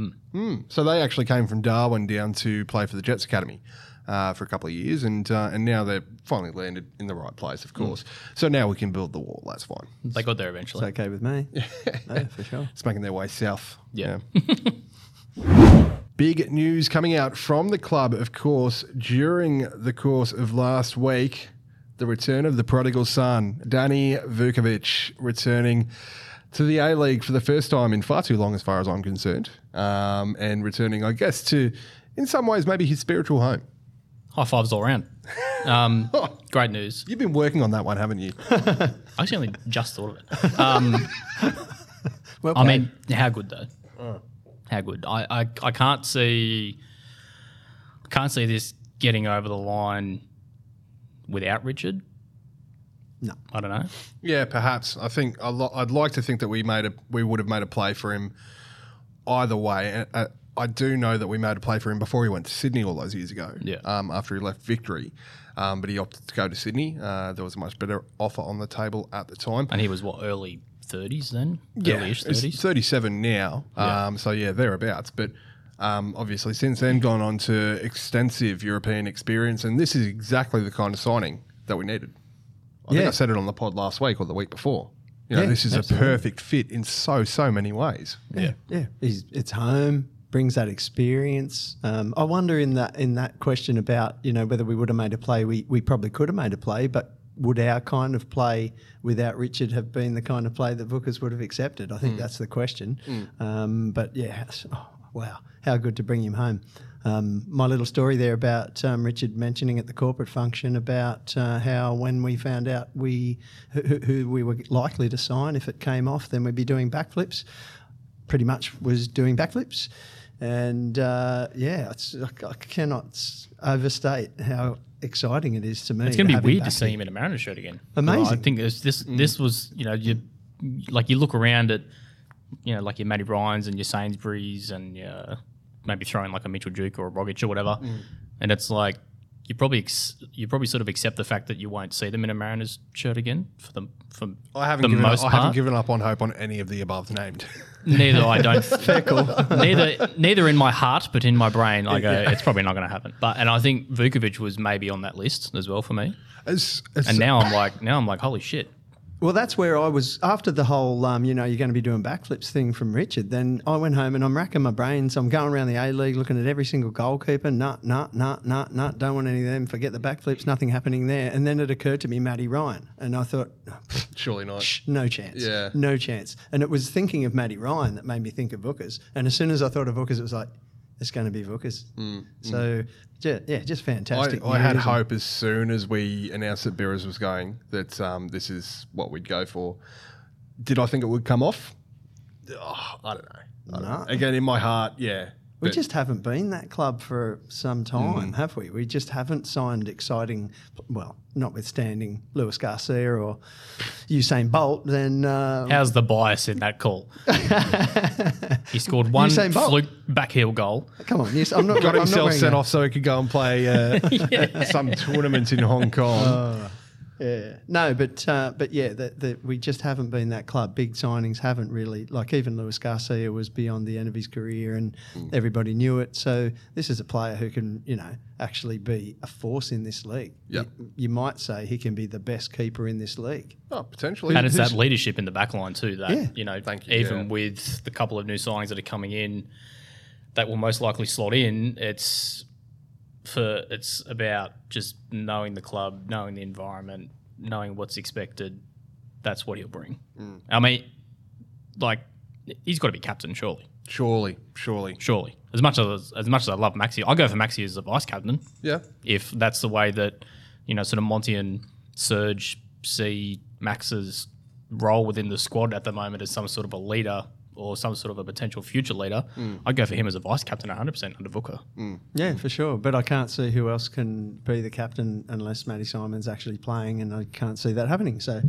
so they actually came from Darwin down to play for the Jets Academy uh, for a couple of years, and uh, and now they're finally landed in the right place, of course. So now we can build the wall. That's fine. they got there eventually. It's okay with me. No, for sure. It's making their way south. Yeah. Big news coming out from the club, of course, during the course of last week. The return of the prodigal son, Danny Vukovic, returning to the A League for the first time in far too long, as far as I'm concerned, um, and returning, I guess, to, in some ways, maybe his spiritual home. High fives all around. Um, great news. You've been working on that one, haven't you? I actually only just thought of it. Um, Well Uh. I mean, how good though? How good? I, I I can't see can't see this getting over the line without Richard. No. I don't know. Yeah, perhaps. I think a lo- I'd like to think that we made a we would have made a play for him either way. And uh, I do know that we made a play for him before he went to Sydney all those years ago. Yeah. Um, after he left Victory, um, but he opted to go to Sydney. Uh, there was a much better offer on the table at the time. And he was what early thirties then, early-ish it's thirties. 37 now. Um, so yeah, thereabouts. But um, obviously, since then, gone on to extensive European experience, and this is exactly the kind of signing that we needed. I think Yeah. I said it on the pod last week or the week before. You know, Yeah, this is a perfect fit in so so many ways. yeah, yeah. He's, it's home. Brings that experience. Um, I wonder in that in that question about you know whether we would have made a play. We we probably could have made a play, but would our kind of play without Richard have been the kind of play that Bookers would have accepted? I think that's the question. Um, but yeah, it's- oh, wow, how good to bring him home. Um, my little story there about um, Richard mentioning at the corporate function about uh, how when we found out we who, who- who we were likely to sign if it came off, then we'd be doing backflips pretty much was doing backflips. And uh, yeah, it's, I, I cannot s- overstate how exciting it is to me. It's going to to be have weird back to see here. him in a Mariners shirt again. Amazing. I think this this, Mm. this was you know you like you look around at you know like your Matty Ryan's and your Sainsbury's and uh, maybe throwing like a Mitchell Duke or a Rogic or whatever, Mm. and it's like you probably ex- you probably sort of accept the fact that you won't see them in a Mariners shirt again for the for I haven't the given most up, I part. haven't given up on hope on any of the above named. neither I don't neither neither in my heart but in my brain I go it's probably not going to happen. But and I think Vukovic was maybe on that list as well for me. As- as- And now I'm like, now I'm like, holy shit! Well, that's where I was after the whole, um, you know, you're going to be doing backflips thing from Richard. Then I went home and I'm racking my brains. I'm going around the A League looking at every single goalkeeper. Nut, nut, nut, nut, nut. Don't want any of them. Forget the backflips. Nothing happening there. And then it occurred to me, Matty Ryan. And I thought, surely not. Sh- no chance. Yeah. No chance. And it was thinking of Matty Ryan that made me think of Bookers. And as soon as I thought of Bookers, it was like, it's going to be Bookers. So, ju- yeah, just I, fantastic. Mm, I had news. hope as soon as we announced that Beerers was going that um, this is what we'd go for. Did I think it would come off? Oh, I don't know. I don't know. No. Again, in my heart, yeah. We But just haven't been that club for Mm. some time, have we? We just haven't signed exciting, well, notwithstanding Lewis Garcia or Usain Bolt, then uh, How's the bias in that call? he scored one Usain Bolt. fluke back heel goal. come on. Yes, I'm not got I'm not himself wearing sent a- off so he could go and play uh, some tournament in Hong Kong. Yeah. No, but uh, but yeah, that that we just haven't been that club. Big signings haven't really like even Luis Garcia was beyond the end of his career, and everybody knew it. So this is a player who can you know actually be a force in this league. Yep. You, you might say he can be the best keeper in this league. Oh, potentially. And it's that leadership in the back line too. That Yeah. you know, Thank you, even yeah. with the couple of new signings that are coming in, that will most likely slot in. It's for it's about just knowing the club, knowing the environment, knowing what's expected. That's what he'll bring. Mm. I mean, like he's got to be captain, surely, surely, surely. surely. As much as as much as I love Maxi, I go for Maxi as a vice captain Yeah. if that's the way that you know sort of Monty and Serge see Max's role within the squad at the moment as some sort of a leader or some sort of a potential future leader, Mm. I'd go for him as a vice captain 100% under Vuka. Yeah, for sure. But I can't see who else can be the captain unless Matty Simon's actually playing, and I can't see that happening. So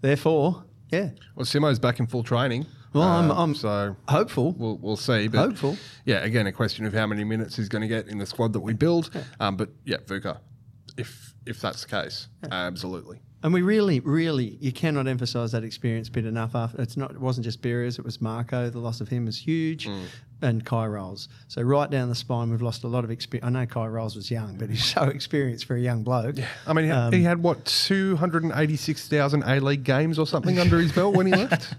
therefore, yeah. Well, Simo's back in full training. Uh, Well, I'm- I'm- so Hopeful. We'll, we'll see. But Hopeful. Yeah, again, a question of how many minutes he's going to get in the squad that we build. Um, but yeah, Vuka, if if that's the case, absolutely. And we really, really, you cannot emphasise that experience bit enough. After it's not, it wasn't just Berriers, it was Marco. The loss of him was huge, and Kai Rolls. So right down the spine, we've lost a lot of experience. I know Kai Rolls was young, but he's so experienced for a young bloke. I mean, he- he had what two hundred and eighty-six thousand A League games or something under his belt when he left.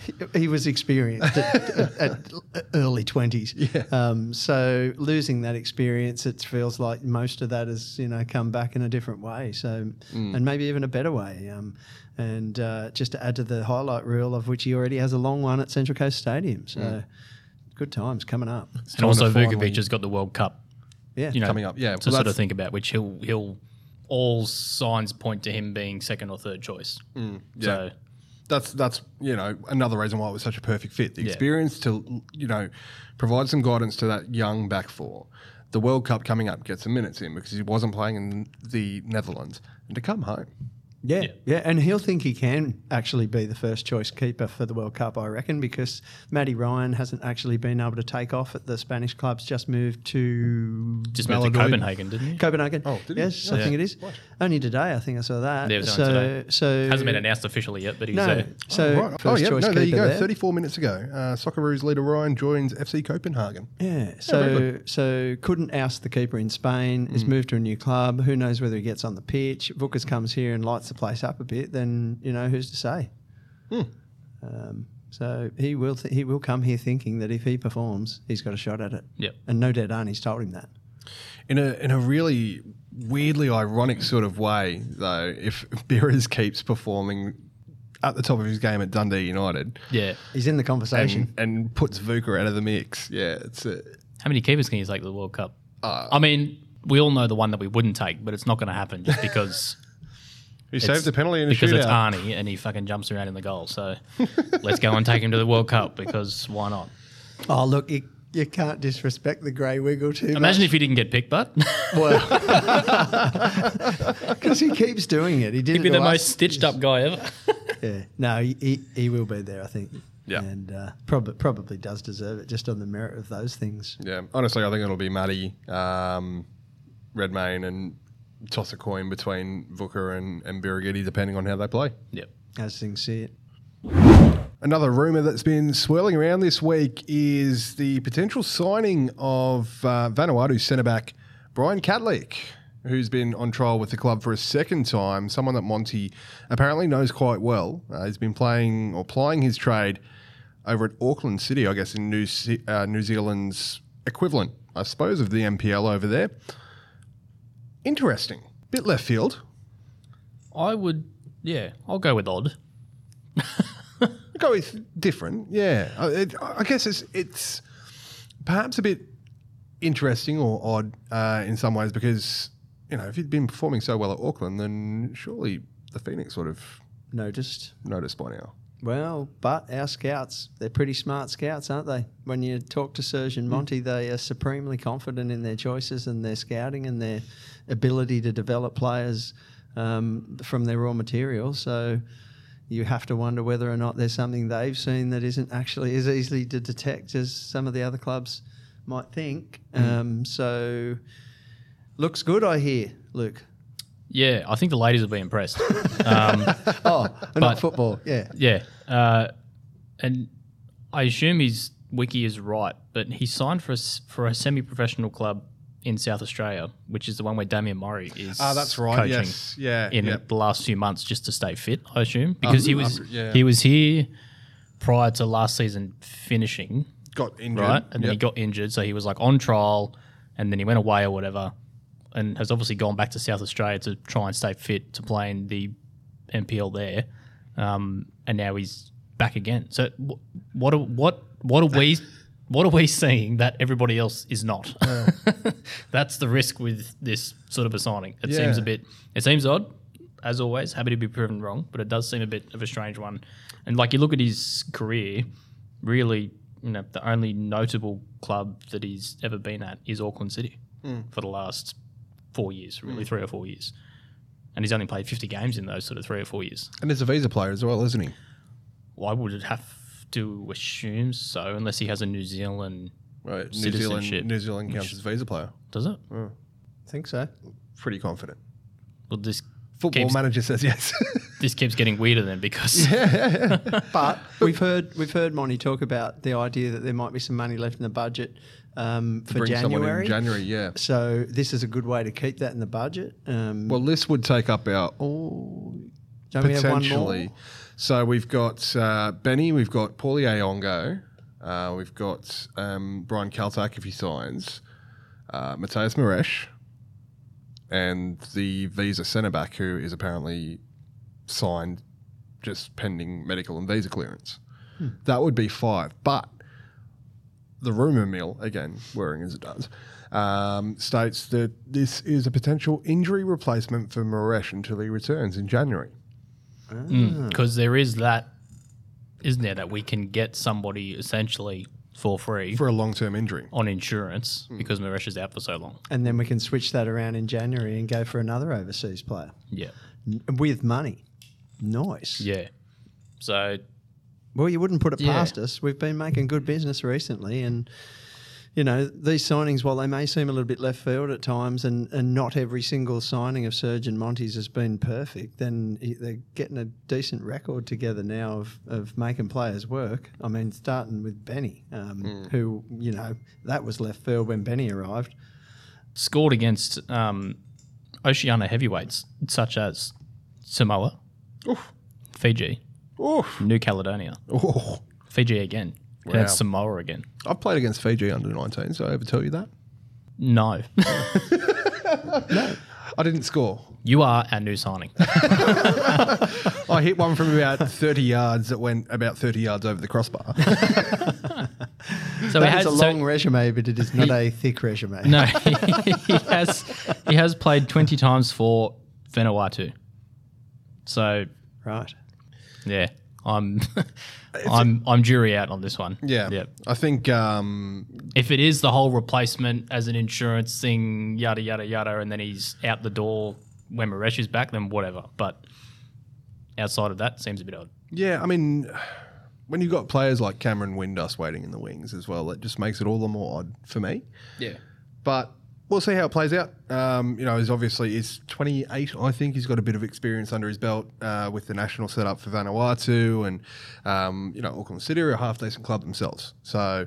he, he was experienced at, at, at early twenties. Um, so losing that experience, it feels like most of that has you know come back in a different way. So Mm. and maybe even a better way. Um, and uh, just to add to the highlight reel of which he already has a long one at Central Coast Stadium. So Mm. good times coming up. And also to finally- Vukovic has got the World Cup, Yeah. you know, Coming up, yeah. to Well, sort that's- of think about, which he'll he'll all signs point to him being second or third choice. Mm. So that's that's you know another reason why it was such a perfect fit. The experience to you know provide some guidance to that young back four. The World Cup coming up gets some minutes in because he wasn't playing in the Netherlands, and to come home. Yeah, yeah, and he'll think he can actually be the first choice keeper for the World Cup, I reckon, because Matty Ryan hasn't actually been able to take off at the Spanish clubs. Just moved to just moved to Valladolid. Copenhagen, didn't he? Copenhagen. Oh, did he? yes, Oh, I yeah. think it is. Only today, I think I saw that. Yeah, it was only so, today. so Hasn't been announced officially yet, but he's No, there. so Right. first Oh yeah, choice no, there you keeper go. there. Thirty-four minutes ago, uh, Socceroos leader Ryan joins FC Copenhagen. Yeah, so so couldn't oust the keeper in Spain. Mm. Has moved to a new club. Who knows whether he gets on the pitch? If Vukas comes here and lights the place up a bit. Then you know who's to say. Hmm. Um, so he will th- he will come here thinking that if he performs, he's got a shot at it. Yep. and no doubt Arnie's told him that. In a in a really weirdly ironic sort of way, though, if Beers keeps performing at the top of his game at Dundee United Yeah. He's in the conversation. and, and puts Vuka out of the mix, yeah, it's a, How many keepers can you take to the World Cup? Uh, I mean, we all know the one that we wouldn't take, but it's not going to happen just because he saved the penalty in a because it's shootout. Arnie and he fucking jumps around in the goal. So let's go and take him to the World Cup because why not? Oh look, you, you can't disrespect the grey wiggle too Imagine if he didn't get picked, but because he keeps doing it. He did he'd it be to the us. most stitched up guy ever. Yeah. No, he, he, he will be there, I think. Yeah. And uh, probably probably does deserve it just on the merit of those things. Yeah, honestly, I think it'll be Matty, um, Redmayne, and toss a coin between Vuka and, and Birigidi, depending on how they play. yep. As things see it. Another rumor that's been swirling around this week is the potential signing of uh, Vanuatu centre back Brian Catleek, who's been on trial with the club for a second time. Someone that Monty apparently knows quite well. Uh, he's been playing or plying his trade over at Auckland City, I guess, in New Ze- uh, New Zealand's equivalent, I suppose, of the MPL over there. Interesting. Bit left field. I would, yeah, I'll go with odd. go with different. Yeah, I, it, I guess it's it's perhaps a bit interesting or odd uh, in some ways because you know if he'd been performing so well at Auckland, then surely the Phoenix would have Noticed. noticed by now. Well, but our scouts, they're pretty smart scouts, aren't they? When you talk to Serge and Monty, they are supremely confident in their choices and their scouting and their ability to develop players um, from their raw material. So you have to wonder whether or not there's something they've seen that isn't actually as easily to detect as some of the other clubs might think. Um, so looks good, I hear, Luke. Yeah, I think the ladies will be impressed. Oh, and not But- football. Yeah. yeah, uh, and I assume his wiki is right, but he signed for a, s- for a semi-professional club in South Australia, which is the one where Damien Murray is. Ah, that's right, Coaching yes. Yeah, in yep. the last few months just to stay fit, I assume, because he was um, yeah. he was here prior to last season finishing Got injured. right? And then he Yep. got injured, so he was like on trial, and then he went away or whatever, and has obviously gone back to South Australia to try and stay fit to play in the NPL there, um, and now he's back again. So wh- what are, what what are we what are we seeing that everybody else is not? That's the risk with this sort of a signing. It seems a Yeah. bit it seems odd. As always, happy to be proven wrong, but it does seem a bit of a strange one. And like you look at his career, really, you know, the only notable club that he's ever been at is Auckland City for the last four years, really three or four years. And he's only played 50 games in those sort of three or four years. And he's a visa player as well, isn't he? Well, I would have to assume so, unless he has a New Zealand, Right. New Citizenship. Zealand New Zealand counts as a visa player. does it? I think so. Pretty confident. Well, this Football Keeps- manager says yes. this keeps getting weirder then because But we've heard we've heard Monty talk about the idea that there might be some money left in the budget um, for Bring someone January. in January, yeah. So this is a good way to keep that in the budget. Um, Well, this would take up our don't we have one potentially. more? So we've got uh, Benny, we've got Paulie Aongo, uh, we've got um, Brian Kaltak if he signs, uh, Mateus Maresh, and the visa centre back who is apparently signed just pending medical and visa clearance. Hmm. That would be five, but the rumour mill, again, whirring as it does, um, states that this is a potential injury replacement for Maresh until he returns in January. because there is that, isn't there, that we can get somebody essentially for free for a long term injury. on insurance because Maresh is out for so long. And then we can switch that around in January and go for another overseas player Yeah. Mm. N- with money. Nice. Yeah. So Well, you wouldn't put it Yeah. past us. We've been making good business recently, and you know these signings, while they may seem a little bit left field at times, and, and not every single signing of Serge and Monty's has been perfect, then i- they're getting a decent record together now of, of making players work. I mean, starting with Benny, um, Hmm. who you know that was left field when Benny arrived. scored against um, Oceania heavyweights such as Samoa, Fiji, New Caledonia, Oh, Fiji again, and Wow. it's Samoa again. I've played against Fiji under 19, so I ever tell you that. No, I didn't score. you are our new signing. I hit one from about 30 yards that went about 30 yards over the crossbar. So That he is has a so- long resume, but it is not a thick resume. no, he has he has played twenty times for Vanuatu. So right? yeah, I'm I'm I'm jury out on this one. yeah. yeah. I think um, if it is the whole replacement as an insurance thing, yada yada yada, and then he's out the door when Maresh is back, then whatever. But outside of that, seems a bit odd. Yeah, I mean, when you've got players like Cameron Windus waiting in the wings as well, it just makes it all the more odd for me. Yeah. But we'll see how it plays out. Um, you know, he's obviously he's 28, I think. He's got a bit of experience under his belt uh, with the national setup for Vanuatu and, um, you know, Auckland City are a half decent club themselves. So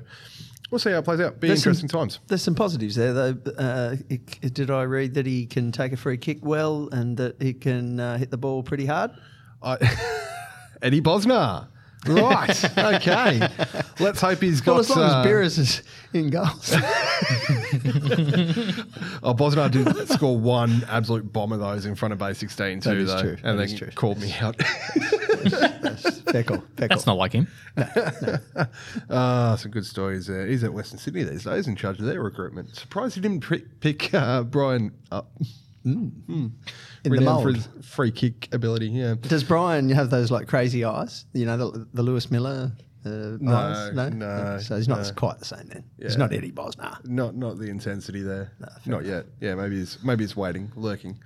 we'll see how it plays out. Be There's some- interesting times. There's some positives there, though. Uh, it- it- did I read that he can take a free kick well and that he can uh, hit the ball pretty hard? I, Eddie Bosnar. Right. okay. Let's hope he's got. Well, as long uh, as Beerus is in goals. Oh, Bosnar did score one absolute bomb of those in front of Bay 16 too, That is though, true. and then That is true. called me out. Peckle, Peckle. That's not like him. Ah, some good stories there. He's at Western Sydney these days, in charge of their recruitment. Surprised he didn't pri- pick uh, Brian up. Hmm. In the Renowned for mould. his free kick ability. Yeah, Does Brian have those like crazy eyes? You know, the, the Lewis Miller uh, eyes? no, So he's not no. quite the same then. He's not Eddie Bosnar. not not the intensity there. not yet. Yeah, maybe he's maybe he's waiting, lurking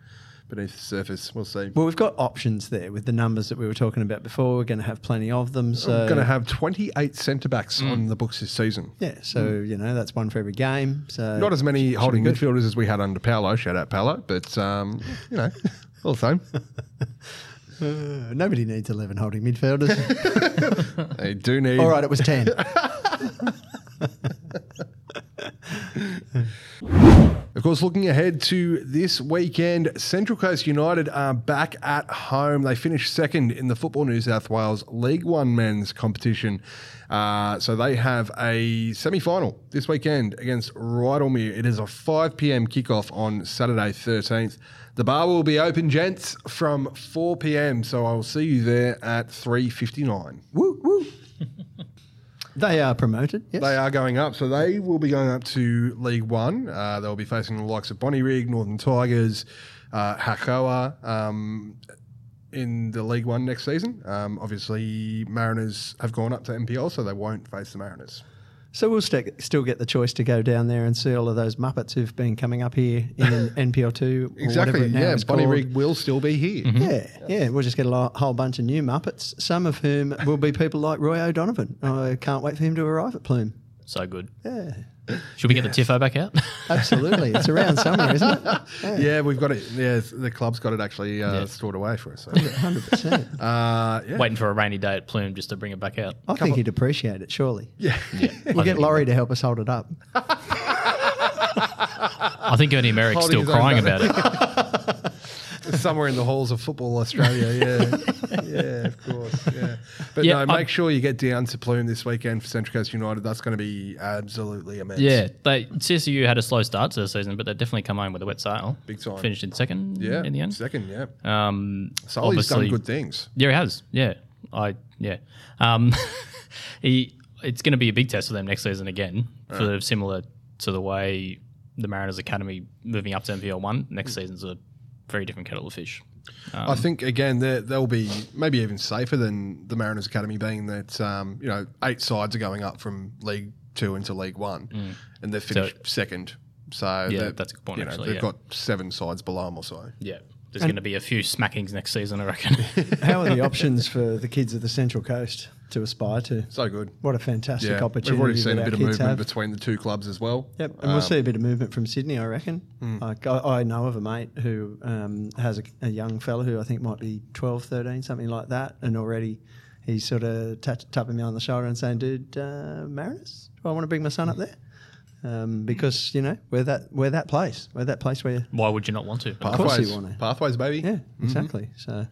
beneath the surface. We'll see. Well, we've got options there with the numbers that we were talking about before. We're going to have plenty of them. So We're going to have 28 centre Hmm. backs on the books this season. yeah, so Hmm. you know that's one for every game. So Not as many holding midfielders as we had under Paolo. Shout out Paolo, but um, you know, All the same. Nobody needs 11 holding midfielders. They do need. All right, it was 10. Of course, looking ahead to this weekend, Central Coast United are back at home. They finished second in the Football New South Wales League One men's competition. Uh, so they have a semi final this weekend against Rydalmere. It is a 5 p.m. kickoff on Saturday, 13th. The bar will be open, gents, from 4 p.m. So I will see you there at 3.59. woo, woo. They are promoted. Yes. They are going up, so they will be going up to League One. Uh, they'll be facing the likes of Bonnie Rig, Northern Tigers, uh, Hakoa um, in the League One next season. Um, obviously, Mariners have gone up to MPL, so they won't face the Mariners. So we'll st- still get the choice to go down there and see all of those Muppets who've been coming up here in NPL2 or whatever Exactly. it now Yeah, is Bonnie called. Mm-hmm. Rig will still be here. Yeah, yeah. We'll just get a lo- whole bunch of new Muppets, some of whom will be people like Roy O'Donovan. I can't wait for him to arrive at Plume. So good. Yeah. Should we get the Tifo back out? Absolutely. it's around somewhere, isn't it? Yeah. we've got it. Yeah, the club's got it actually uh, Yeah. stored away for us. So. 100%. Uh, yeah. Waiting for a rainy day at Plume just to bring it back out. I think he'd appreciate it, surely. Yeah. We'll get Laurie to help us hold it up. I think Ernie Merrick's Holding his still own crying about it. somewhere in the halls of football Australia. Yeah, yeah, of course. Yeah, but Yeah, no, I'm- make sure you get down to Plume this weekend for Central Coast United. That's going to be absolutely immense. Yeah, they CSU had a slow start to the season, but they definitely come home with a wet sail. Big time. Finished in second. yeah. in the end. second, yeah. Um, Sully's done obviously- good things. Yeah, he has. Yeah, I yeah. Um, he it's going to be a big test for them next season again, for the similar to the way the Mariners Academy moving up to MPL one next season's a very different kettle of fish. um, I think again they're- they'll be maybe even safer than the Mariners Academy, being that um, you know eight sides are going up from League Two into League One, and they're finished second. So Mm. Yeah, they're- that's a good point, You know, actually, they've yeah. got seven sides below them or so. Yeah, there's going to be a few smackings next season, I reckon. How are the options for the kids of the Central Coast to aspire to? So good. What a fantastic Yeah, opportunity. we've already seen that a our bit of kids movement have. between the two clubs as well. Yep, and we'll see a bit of movement from Sydney, I reckon. Like, I, I know of a mate who um, has a, a young fella who I think might be 12, 13, something like that, and already he's sort of tat- tapping me on the shoulder and saying, "Dude, uh, Mariners, do I want to bring my son up there?" Um, because you know we're that we're that place, we're that place where Why would you not want to? course you Pathways, wanna. pathways, baby. yeah, exactly. So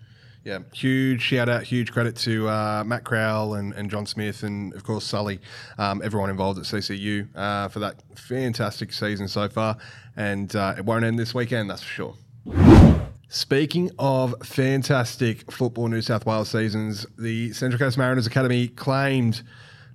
Yeah, huge shout out, huge credit to uh, Matt Crowell and, and John Smith, and of course Sully, um, everyone involved at CCU uh, for that fantastic season so far. And uh, it won't end this weekend, that's for sure. Speaking of fantastic football New South Wales seasons, the Central Coast Mariners Academy claimed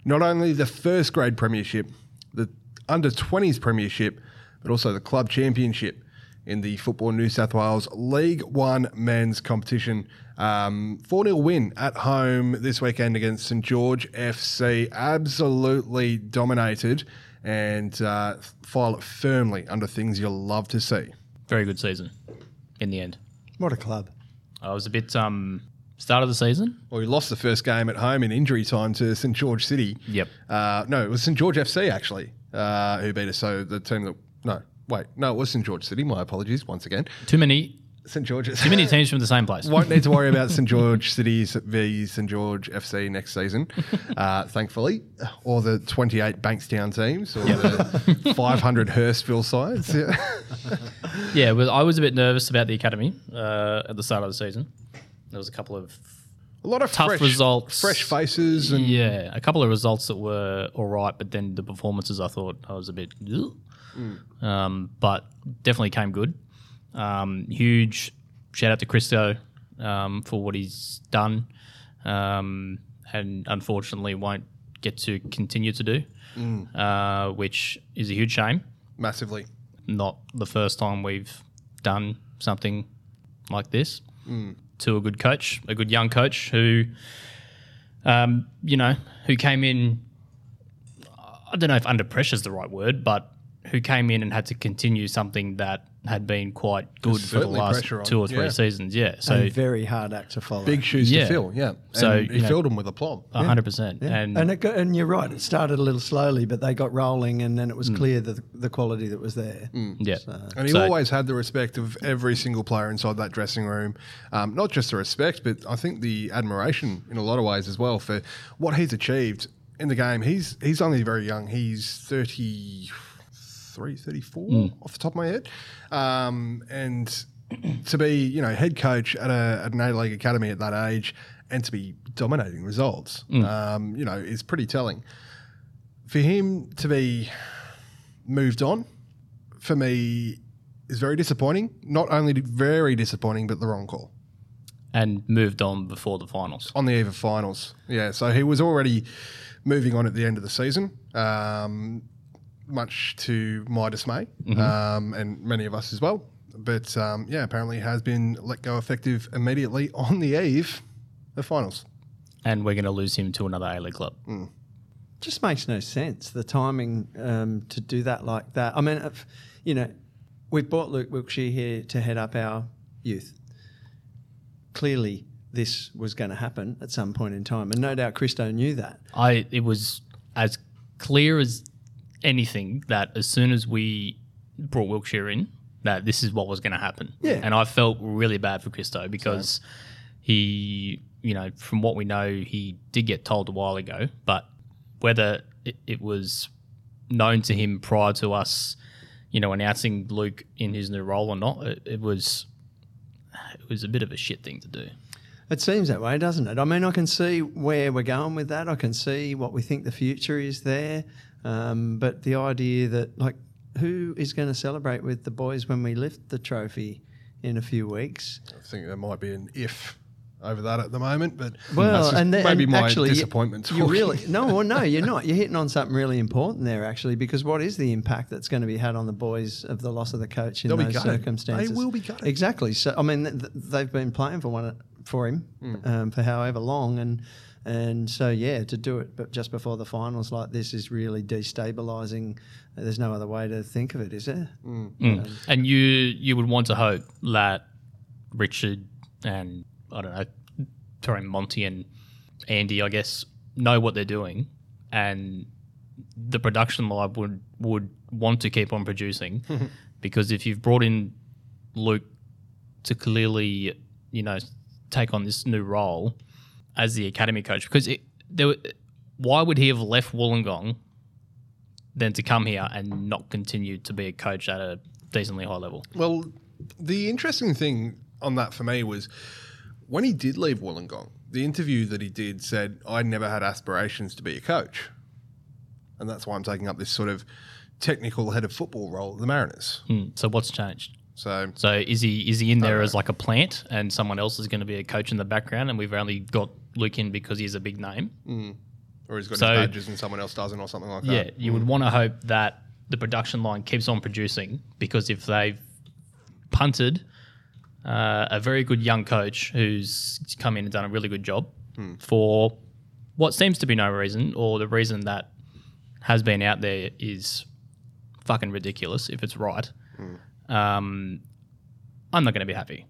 not only the first grade premiership, the under 20s premiership, but also the club championship in the Football New South Wales League One men's competition. 4 0 win at home this weekend against St George FC. Absolutely dominated and uh, file it firmly under things you'll love to see. Very good season, in the end. what a club! I was a bit um start of the season. Well, we lost the first game at home in injury time to St George City. Yep. Uh, no, it was St George FC actually uh, who beat us. So the team that no, wait, no, it was St George City. My apologies once again. Too many St George's. too many teams from the same place. Won't need to worry about St George City v St George FC next season, uh, thankfully, or the 28 Bankstown teams or the 500 Hurstville sides. Yeah. Yeah, well, I was a bit nervous about the academy uh, at the start of the season. There was a couple of A lot of Tough fresh, results. fresh faces, and yeah, a couple of results that were all right, but then the performances I thought I was a bit, "Ugh." um, but definitely came good. Um, huge shout out to Christo um, for what he's done, um, and unfortunately won't get to continue to do, uh, which is a huge shame. massively. not the first time we've done something like this Mm. to a good coach, a good young coach who, um, you know, who came in. I don't know if under pressure is the right word, but who came in and had to continue something that had been quite good for the certainly last pressure on, two or three yeah. seasons. Yeah, so a very hard act to follow. Big shoes Yeah. to fill, yeah. So, and you he know- filled them with aplomb. a hundred percent. And, and, it got, and you're right, it started a little slowly, but they got rolling, and then it was clear the, the quality that was there. yeah, And he So- always had the respect of every single player inside that dressing room. Um, not just the respect, but I think the admiration in a lot of ways as well for what he's achieved in the game. He's he's only very young. He's 33, 34 off the top of my head. Um, and to be, you know, head coach at, a, at an A-League academy at that age and to be dominating results, um, you know, is pretty telling. For him to be moved on for me is very disappointing. Not only very disappointing, but the wrong call and moved on before the finals. on the eve of finals. Yeah, so he was already moving on at the end of the season, um, much to my dismay Mm-hmm. um, and many of us as well. But um, yeah, apparently has been let go effective immediately on the eve of finals. and we're going to lose him to another A League club. just makes no sense the timing um, to do that like that. I mean, if, you know, we've brought Luke Wiltshire here to head up our youth. Clearly, this was going to happen at some point in time, and no doubt Christo knew that. I it was as clear as anything that as soon as we brought Wilkshire in, that this is what was going to happen. Yeah. and I felt really bad for Christo because he, you know, from what we know, he did get told a while ago, but whether it, it was known to him prior to us, you know, announcing Luke in his new role or not, it, it was. It was a bit of a shit thing to do. It seems that way, doesn't it? I mean, I can see where we're going with that. I can see what we think the future is there. Um, but the idea that, like, who is going to celebrate with the boys when we lift the trophy in a few weeks? I think there might be an if over that at the moment, but Hmm, that's Well, just and then, maybe and my actually, disappointment. You talking. really no, well, no, you're not. You're hitting on something really important there, actually, because what is the impact that's going to be had on the boys of the loss of the coach in They'll be those gutted. They circumstances? will be gutted. Exactly. So I mean, th- th- they've been playing for one for him Hmm. um, for however long, and and so yeah, to do it, but just before the finals like this is really destabilising. There's no other way to think of it, is there? And you you would want to hope that Richard and I don't know, sorry, Monty and Andy, I guess, know what they're doing and the production lab would would want to keep on producing because if you've brought in Luke to clearly, you know, take on this new role as the academy coach because it, there were, why would he have left Wollongong than to come here and not continue to be a coach at a decently high level. Well, the interesting thing on that for me was when he did leave Wollongong, the interview that he did said, I never had aspirations to be a coach. And that's why I'm taking up this sort of technical head of football role at the Mariners. Mm, So what's changed? So, So is he is he in there as like a plant, and someone else is going to be a coach in the background, and we've only got Luke in because he's a big name. or he's got So- his badges and someone else doesn't, or something like Yeah, that. you would want to hope that the production line keeps on producing because if they've punted uh, a very good young coach who's come in and done a really good job for what seems to be no reason, or the reason that has been out there is fucking ridiculous if it's right, um, I'm not going to be happy.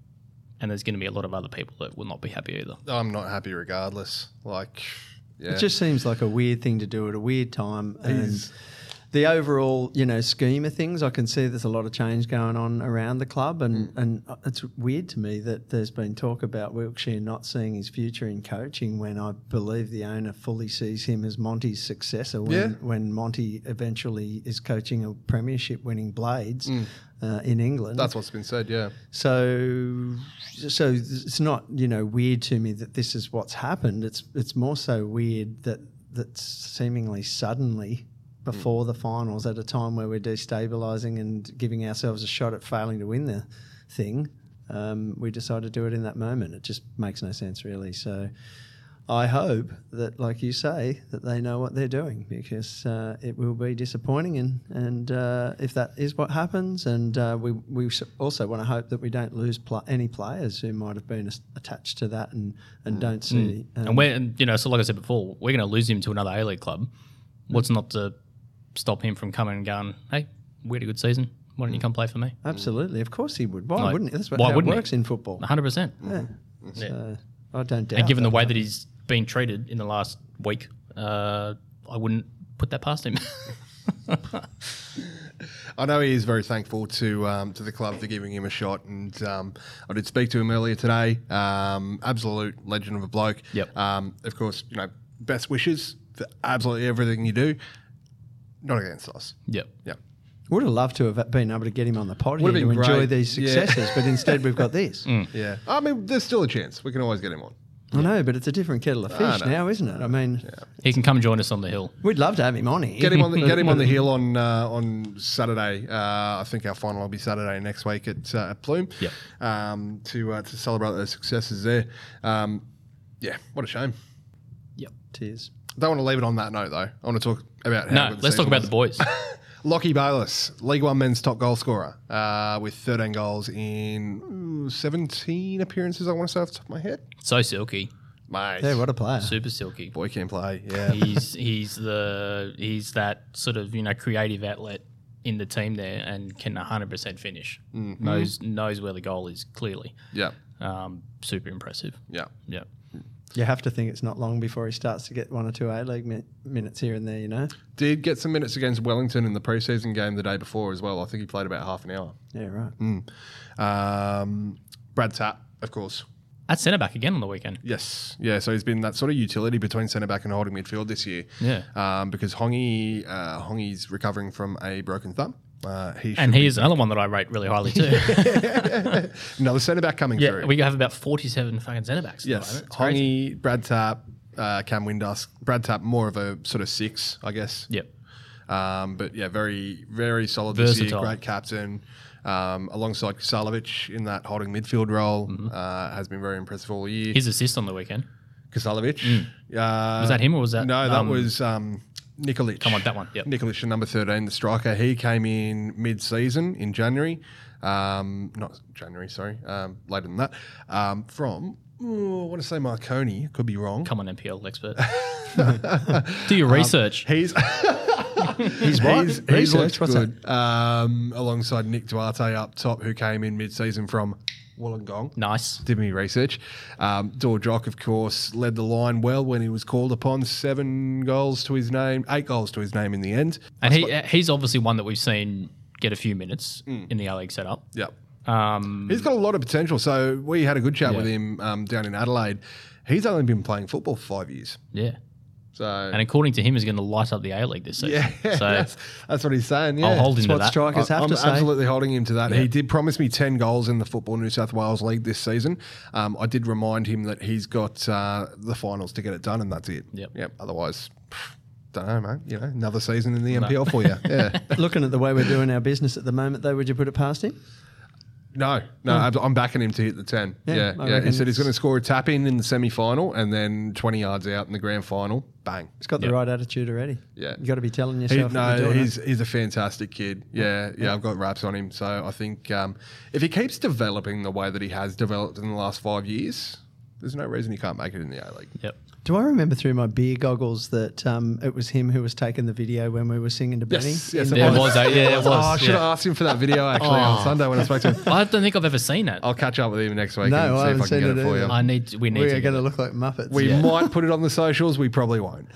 And there's going to be a lot of other people that will not be happy either. I'm not happy regardless. Like, yeah. It just seems like a weird thing to do at a weird time. And the overall, you know, scheme of things, I can see there's a lot of change going on around the club, and Mm. and it's weird to me that there's been talk about Wilkshire not seeing his future in coaching when I believe the owner fully sees him as Monty's successor. When, Yeah. when Monty eventually is coaching a premiership winning Blades. Uh, in England, Mm. that's what's been said, yeah. so, so it's not you know weird to me that this is what's happened. It's it's more so weird that that's seemingly suddenly before the finals at a time where we're destabilising and giving ourselves a shot at failing to win the thing. Um, we decide to do it in that moment. It just makes no sense really. So. I hope that, like you say, that they know what they're doing because uh, it will be disappointing. And and uh, if that is what happens, and uh, we we s- also want to hope that we don't lose pl- any players who might have been as- attached to that and Mm. and don't see. um, And we're, and, you know, so like I said before, we're going to lose him to another A League club. What's not to stop him from coming and going, hey, we had a good season. Why don't you come play for me? Absolutely. Of course he would. Why Like, wouldn't he? That's what, why how it wouldn't he? works in football. 100%. Uh, I don't doubt And given the that. way that he's been treated in the last week, uh, I wouldn't put that past him. I know he is very thankful to um, to the club for giving him a shot, and um, I did speak to him earlier today. Um, absolute legend of a bloke. Yep. Um, of course, you know, best wishes for absolutely everything you do. Not against us. yep. Yeah. Would have loved to have been able to get him on the pod here Would to have been enjoy great. these Yeah. Mm. successes, but instead we've got this. Yeah. I mean, there's still a chance. We can always get him on. I know, but it's a different kettle of fish no. now, isn't it? I mean, He can come join us on the hill. we'd love to have him on here. Get him on the get him on the hill on uh, on Saturday. Uh, I think our final will be Saturday next week at, uh, at Plume. Yep. Um, to uh, to celebrate those successes there. Um, yeah. What a shame. Tears. Don't want to leave it on that note though. I want to talk about how No, good the let's season talk about was. the boys. Lockie Bayless, League One men's top goal scorer, uh, with 13 goals in mm, 17 appearances. I want to say off the top of my head, so silky, mate. Yeah, what a player. super silky. boy can play. Yeah, he's he's the he's that sort of you know creative outlet in the team there and can 100% finish. Knows knows where the goal is clearly. yeah, Um, super impressive. yeah. Yeah. You have to think it's not long before he starts to get one or two A League min- minutes here and there, you know? Did get some minutes against Wellington in the preseason game the day before as well. I think he played about half an hour. Yeah, right. Um, Brad Tapp, of course. At centre back again on the weekend. Yes, yeah. So he's been that sort of utility between centre back and holding midfield this year. Yeah. um, because Hongi uh, Hongi's recovering from a broken thumb. Uh, he And should- he is another one that I rate really highly too. another centre back coming through. yeah, we have about 47 fucking centre backs. at the Yes, moment. It's crazy. Hongi, Brad Tap, uh, Cam Windusk. Brad Tap more of a sort of six, I guess. Yep. Um, but yeah, very very solid this year. Versatile. Great captain. Um, alongside Kasalovic in that holding midfield role Mm-hmm. uh, has been very impressive all year. His assist on the weekend. Kasalovic. Uh, Mm. Was that him or was that? No, that um, was um, Nikolic. Come on, that one. Yep. Nikolic, the number 13, the striker. He came in mid season in January. Um, not January, sorry. Um, later than that. Um, from, oh, I want to say Marconi. Could be wrong. Come on, NPL expert. Do your research. He's he's what? He's, Research, looked what's that? good. Um, alongside Nick Duarte up top, who came in mid-season from Wollongong. nice. Did me research. Um, Dordrock, of course, led the line well when he was called upon. Seven goals to his name, eight goals to his name in the end. And he uh, he's obviously one that we've seen get a few minutes in the A League setup. Yep. Um, He's got a lot of potential. So we had a good chat Yeah. with him um, down in Adelaide. He's only been playing football for five years. yeah. So And according to him, he's going to light up the A League this season. Yeah, so that's, that's what he's saying. Yeah. I'll hold him It's to what that. strikers I- have I'm to say. absolutely holding him to that. He did promise me 10 goals in the Football New South Wales League this season. Um, I did remind him that he's got uh, the finals to get it done, and that's it. Yep. Yep. Otherwise, don't know, mate. You know, another season in the NPL for you. Yeah. Looking at the way we're doing our business at the moment, though, would you put it past him? no, no, I'm- I'm backing him to hit the 10. Hmm. Yeah, Yeah. I yeah. He reckon said he's it's- going to score a tap in in the semi final and then 20 yards out in the grand final. Bang. He's got the Yeah. right attitude already. Yeah. you got to be telling He- yourself. that no, you're doing he's it. he's a fantastic kid. Yeah, yeah, I've got raps on him. So I think um, if he keeps developing the way that he has developed in the last five years, there's no reason he can't make it in the A League. Yep. Do I remember through my beer goggles that um, it was him who was taking the video when we were singing to Benny? Yes, yes, in it There the- was that. Yeah, it Oh, I was. should have yeah. Oh. asked him for that video actually on Sunday when I spoke to him. I don't think I've ever seen it. I'll catch up with him next week and see if No, I I haven't can seen get it it for you. either. I need. We need We to. are get going to it. look like Muppets. we might put it on the socials. We probably won't.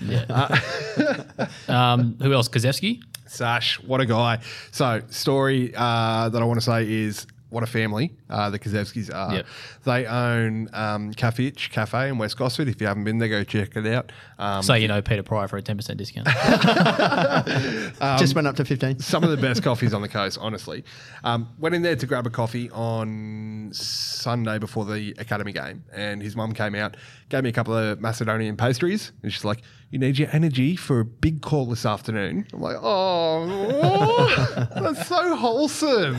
Um, who else? Kozewski. Sash, what a guy. So, story uh, that I want to say is what a family uh, the Kazevskis are. Yep. They own um, Cafich Cafe in West Gosford. If you haven't been there, go check it out. Um, So you know Peter Pryor for a ten percent discount. Just went up to 15. some of the best coffees on the coast, honestly. Um, went in there to grab a coffee on Sunday before the academy game, and his mum came out, gave me a couple of Macedonian pastries, and she's like, "You need your energy for a big call this afternoon." I'm like, "Oh, that's so wholesome."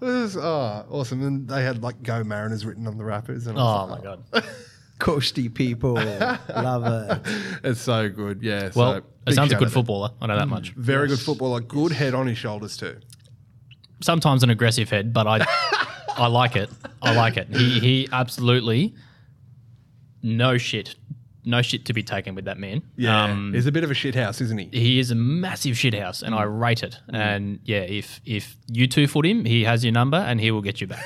It was oh, awesome. And they had like "Go Mariners" written on the wrappers, and I oh was my god. Coasty people. Love it. like, "It's so good." Yeah. Well, so, it big sounds a shout good out. Mm. footballer. I know that much. Very good footballer. Good head on his shoulders too. Sometimes an aggressive head, but I, I like it. I like it. He he absolutely, no shit, no shit to be taken with that man. Yeah, Um, he's a bit of a shit house, isn't he? he is a massive shithouse, and I Mm. rate it. And yeah, if if you two foot him, he has your number, and he will get you back.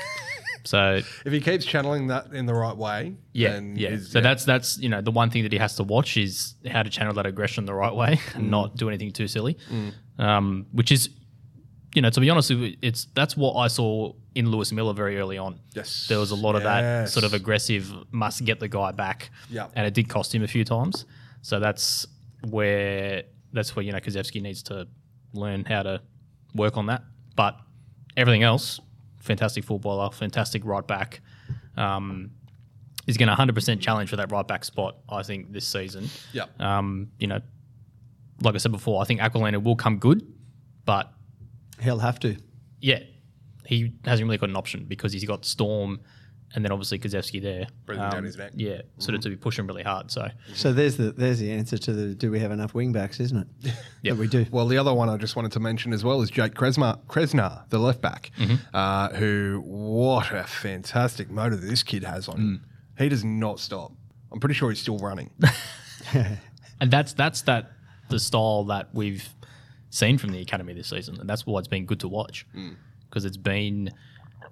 so If he keeps channeling that in the right way, yeah, then yeah. he's- So that's that's you know the one thing that he has to watch is how to channel that aggression the right way and Mm. not do anything too silly. Um, which is, you know, to be honest, it- it's that's what I saw in Lewis Miller very early on. Yes. there was a lot of that Yes. sort of aggressive, must get the guy back. Yeah. and it did cost him a few times. So that's where that's where you know Kozevsky needs to learn how to work on that. But everything else, fantastic footballer, fantastic right back. Um, is going to 100% challenge for that right back spot, I think, this season. yeah. Um, you know, like I said before, I think Aquilina will come good, but He'll have to. yeah, he hasn't really got an option because he's got Storm and then obviously Kozewski there. Um, Breathing down his neck. Mm-hmm. Yeah, sort of to be pushing really hard. So, So there's the there's the answer to the do we have enough wing backs, isn't it? Yeah, we do. Well, the other one I just wanted to mention as well is Jake Kresma, Kresnar, the left back, Mm-hmm. uh, who, what a fantastic motor this kid has on him. Mm. He does not stop. I'm pretty sure he's still running. and that's that's that the style that we've seen from the academy this season, and that's why it's been good to watch because it's been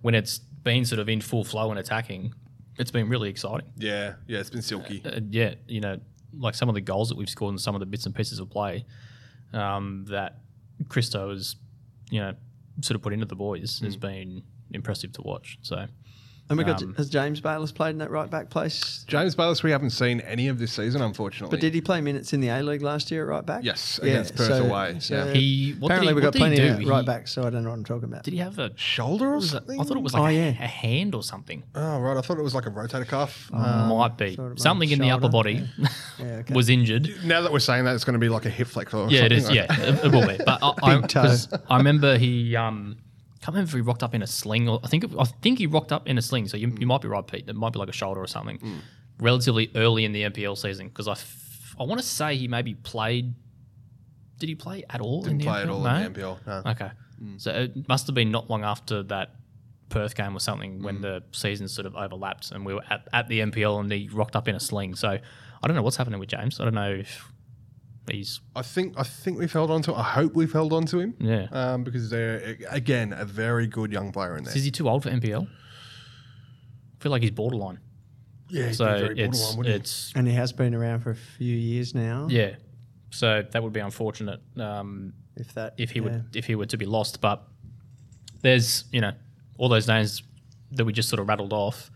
when it's been sort of in full flow and attacking, it's been really exciting. yeah, yeah, it's been silky. and yet, you know, like some of the goals that we've scored and some of the bits and pieces of play um, that Christo has, you know, sort of put into the boys has been impressive to watch. So, And we got Oh Um, has James Bayless played in that right back place? James Bayless, we haven't seen any of this season, unfortunately. But did he play minutes in the A League last year at right back? Yes, against Perth away, yeah. He- what did he- apparently we what did got he plenty of do? right He- back, so I don't know what I'm talking about. did he have a? shoulder or was it- something? I thought it was like Oh, a, yeah. a hand or something. Oh, right. I thought it was like a rotator cuff. Oh. Uh, Might be Um, sort of something in the upper shoulder, body okay. was injured. now that we're saying that, it's going to be like a hip flexor. Or Yeah, it something is. like Yeah, that. it, it will be. But I, I, Big toe. 'cause I remember he. Um, can't remember if he rocked up in a sling. Or, I think it, I think he rocked up in a sling. So you, Mm. you might be right, Pete. It might be like a shoulder or something. Relatively early in the NPL season, because I, f- I want to say he maybe played. Did he play at all? Didn't in the play NPL? at all No? in the NPL. No. Okay, Mm. so it must have been not long after that Perth game or something Mm. when the season sort of overlapped, and we were at, at the NPL and he rocked up in a sling. So I don't know what's happening with James. I don't know if he's I think I think we've held on to. I hope we've held on to him. Yeah. Um, because they're again a very good young player in there. Is he too old for NPL? I feel like he's borderline. yeah, he'd So be very it's borderline, wouldn't he? it's and he has been around for a few years now. yeah. So that would be unfortunate um, If that if he yeah. would if he were to be lost. But there's you know all those names that we just sort of rattled off.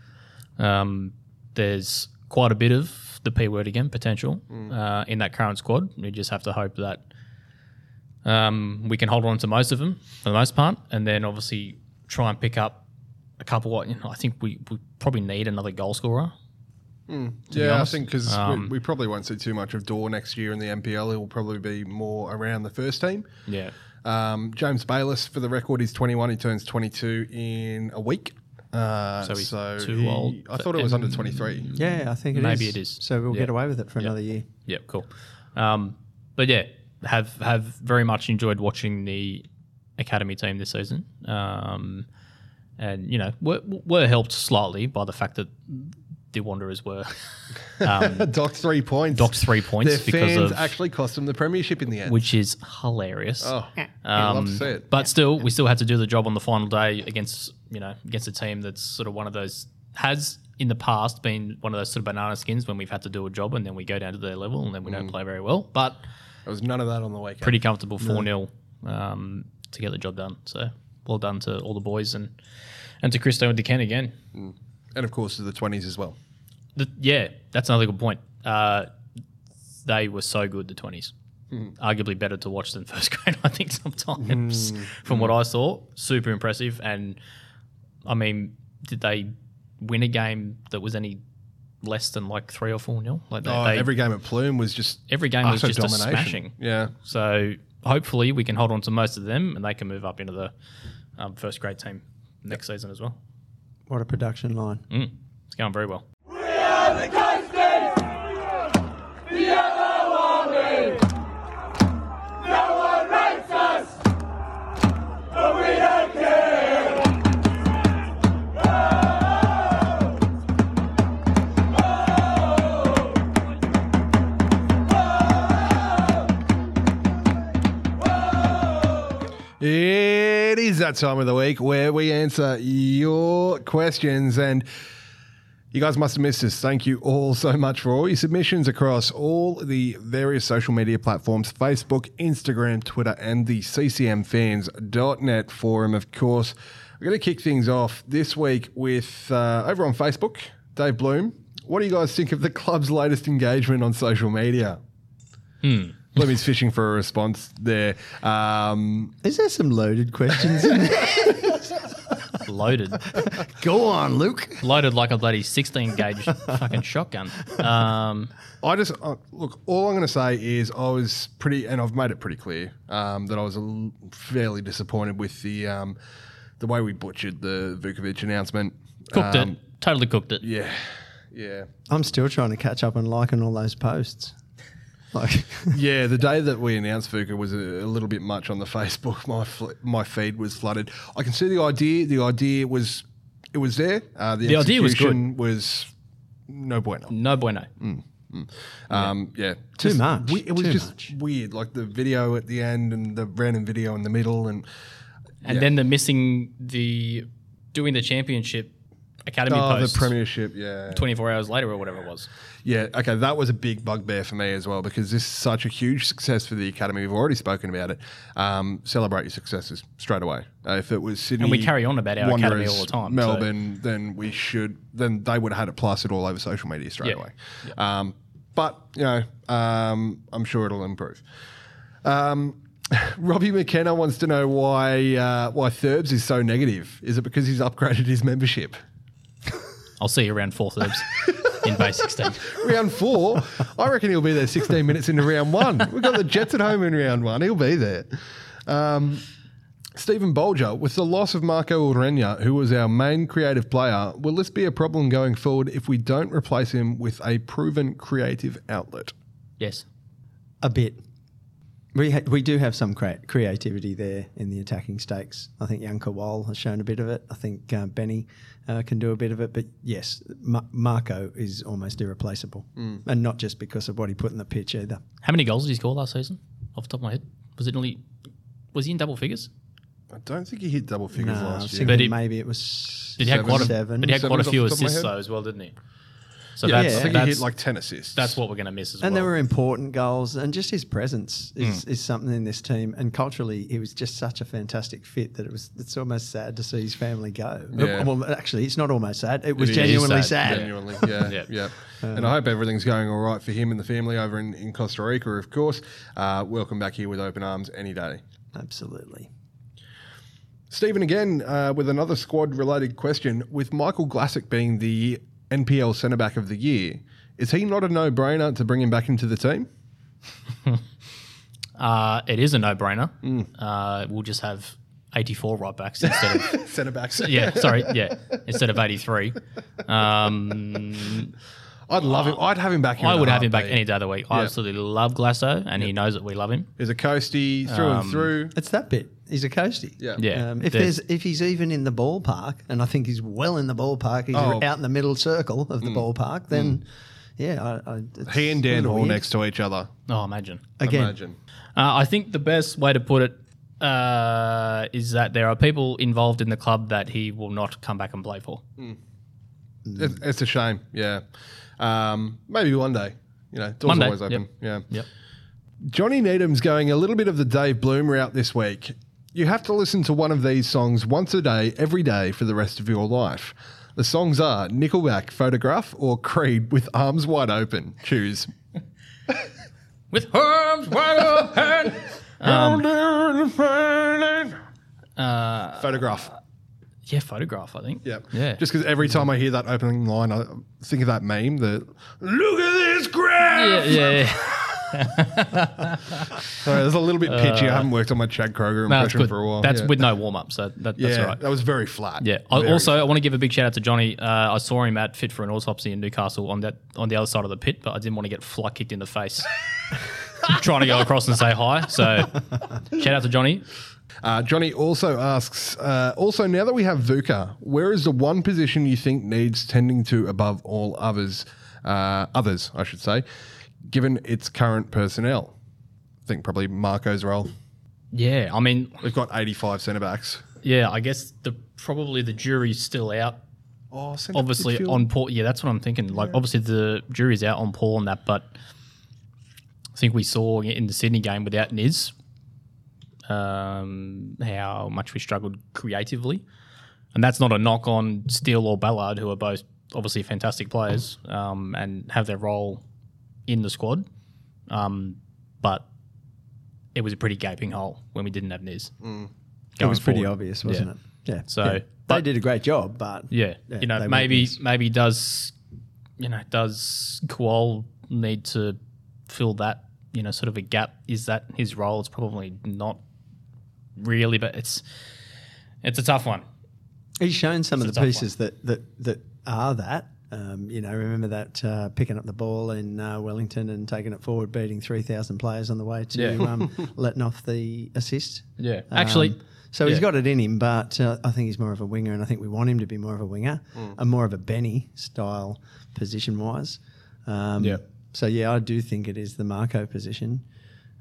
Um, there's quite a bit of the P word again potential uh, in that current squad. We just have to hope that um, we can hold on to most of them for the most part, and then obviously try and pick up a couple. You know, I think we, we probably need another goal scorer. Yeah, I honest. think because Um, we, we probably won't see too much of Dor next year in the NPL. He'll probably be more around the first team. Yeah. Um, James Bayless, for the record, he's 21. He turns 22 in a week. Uh, so he's too he- old I for thought it was M- under 23. Yeah, I think it is. Maybe it is. So we'll Yeah. get away with it for another year. Yeah, cool. Um, but yeah, have have very much enjoyed watching the academy team this season. Um, and you know, were, were helped slightly by the fact that the Wanderers were Docked three points. docked three points Their because fans of actually cost them the premiership in the end. which is hilarious. oh, I'd love Um, to see it. But still, we still had to do the job on the final day against you know against a team that's sort of one of those has in the past been one of those sort of banana skins when we've had to do a job and then we go down to their level and then we don't Mm. play very well. But There was none of that on the weekend. pretty comfortable four 0 um, to get the job done. So well done to all the boys and and to Christo and to Ken again. and of course, to the 20s as well. The- yeah, that's another good point. Uh, they were so good the twenties. Hmm. Arguably better to watch than first grade, I think. Sometimes, Hmm. from what I saw, super impressive. And I mean, did they win a game that was any less than like three or four nil? Like they, Oh, they- every game at Plume was just every game was utter just a smashing. Yeah. So hopefully we can hold on to most of them and they can move up into the um, first grade team next season as well. What a production line. Mm, it's going very well. We're the It is that time of the week where we answer your questions. And you guys must have missed this. Thank you all so much for all your submissions across all the various social media platforms Facebook, Instagram, Twitter, and the CCMFans.net forum, of course. We're going to kick things off this week with uh, over on Facebook, Dave Bloom. What do you guys think of the club's latest engagement on social media? Bloomy's fishing for a response there. Um, Is there some loaded questions in there? Loaded. Go on, Luke. Loaded like a bloody 16 gauge fucking shotgun. Um, I just uh, look. All I'm going to say is I was pretty, and I've made it pretty clear um, that I was a l- fairly disappointed with the um, the way we butchered the Vukovic announcement. cooked Um, it. Totally cooked it. Yeah, yeah, I'm still trying to catch up on liking all those posts. Like, yeah. The day that we announced Vuka was a, a little bit much on the Facebook. My fl- my feed was flooded. I can see the idea. The idea was it was there. Uh, the The idea was good. Mm. execution Was no bueno. No bueno. Mm. Um, yeah, Too Just much. we- it was Too just much. weird, like the video at the end and the random video in the middle, and And then the missing the doing the championship academy oh, post the Premiership. Yeah, 24 hours later or whatever it was. yeah. Okay, that was a big bugbear for me as well because this is such a huge success for the academy. We've already spoken about it. Um, celebrate your successes straight away. Uh, if it was Sydney, And we carry on about our academy Wanderers, all the time, so- Melbourne, then we should. Then they would have had it plastered all over social media straight Yeah. away. Um, but you know, um, I'm sure it'll improve. Um, Robbie McKenna wants to know why uh, why Thurbs is so negative. Is it because he's upgraded his membership? I'll see you around four thirds in base 16. Round four, I reckon he'll be there 16 minutes into round one. We've got the Jets at home in round one. He'll be there. Um, Stephen Bolger, with the loss of Marco Urena, who was our main creative player, will this be a problem going forward if we don't replace him with a proven creative outlet? Yes. a bit. We, ha- we do have some crea- creativity there in the attacking stakes. I think Jan Kowal has shown a bit of it. I think uh, Benny uh, can do a bit of it. But yes, Ma- Marco is almost irreplaceable. And not just because of what he put in the pitch either. How many goals did he score last season? Off the top of my head, was it only? Was he in double figures? I don't think he hit double No, figures I was last year. thinking But he- Uh, maybe it was But he had quite a, seven. but he had quite a Seven's few off the top of my assists head. though as well, didn't he? So Yeah, that's I think he that's, hit like 10 assists. that's what we're going to miss as And well. there were important goals, and just his presence is, Mm. is something in this team. And culturally, he was just such a fantastic fit that it was it's almost sad to see his family go. Yeah. Well, actually, it's not almost sad. It was is genuinely sad, sad. Genuinely, yeah, yeah. Yeah. and I hope everything's going all right for him and the family over in, in Costa Rica, of course. Uh, welcome back here with open arms any day. Absolutely. Stephen again uh, with another squad related question. With Michael Glassick being the NPL centre back of the year, is he not a no brainer to bring him back into the team? uh, it is a no-brainer. Hmm. Uh, we'll just have 84 right backs instead of Centre backs. yeah, sorry, yeah, instead of 83. Um, I'd love him. I'd have him back. Here I in a would have him back heartbeat. any day of the week. I Yeah. absolutely love Glasso, and he knows that we love him. He's a coastie through Um, and through. It's that bit. He's a coastie. Yeah. Yeah, Um, if There's- there's if he's even in the ballpark, and I think he's well in the ballpark, he's Oh. Hmm. out in the middle circle of the ballpark. Then, yeah, I, I, it's He and a Dan little Hall weird. next to each other. oh, imagine. again. Imagine. Uh, I think the best way to put it uh, is that there are people involved in the club that he will not come back and play for. It's, it's a shame. Yeah. Um, maybe one day. You know, doors Monday, always open. yep. Yeah. Yep. Johnny Needham's going a little bit of the Dave Bloom route this week. You have to listen to one of these songs once a day, every day for the rest of your life. The songs are Nickelback, Photograph, or Creed with Arms Wide Open. Choose. With arms wide open. Um, Um, Photograph. Yeah, photograph. I think. Yep. uh, Yeah. Just because every time I hear that opening line, I think of that meme. The look at this graph. Yeah, yeah, yeah. Sorry, that's a little bit pitchy. I haven't worked on my Chad Kroger Uh, No, that's impression good. for a while. That's yeah. with no warm up, so that, that's Yeah, all right. that was very flat. Yeah. I, Very also, I want to give a big shout out to Johnny. Uh, I saw him at Fit for an Autopsy in Newcastle on that on the other side of the pit, but I didn't want to get fly kicked in the face trying to go across and say hi. So, shout out to Johnny. Uh, Johnny also asks, uh, also, now that we have VUCA, where is the one position you think needs tending to above all others, uh, others, I should say, given its current personnel? I think probably Marco's role. Yeah, I mean, We've got 85 centre backs. yeah, I guess the probably the jury's still out Oh, centre back obviously midfield. on Paul. Yeah, that's what I'm thinking. Like, obviously the jury's out on Paul and that, but I think we saw in the Sydney game without Niz um, how much we struggled creatively, and that's not a knock on Steele or Ballard, who are both obviously fantastic players um, and have their role in the squad, um, but it was a pretty gaping hole when we didn't have Niz. It was pretty obvious, wasn't it? Yeah. So, Yeah. they but- did a great job, but Yeah, you they know, were maybe things. maybe does you know does Kual need to fill that you know sort of a gap? Is that his role? It's probably not really, but it's it's a tough one. He's shown some It's of a the tough pieces that, that that are that. Um, you know, remember that uh, picking up the ball in uh, Wellington and taking it forward, beating three thousand players on the way to Yeah. um, letting off the assist. Yeah, Um, actually, so yeah. he's got it in him, but uh, I think he's more of a winger, and I think we want him to be more of a winger Mm. and more of a Benny style position wise. Um, Yeah. So yeah, I do think it is the Marco position.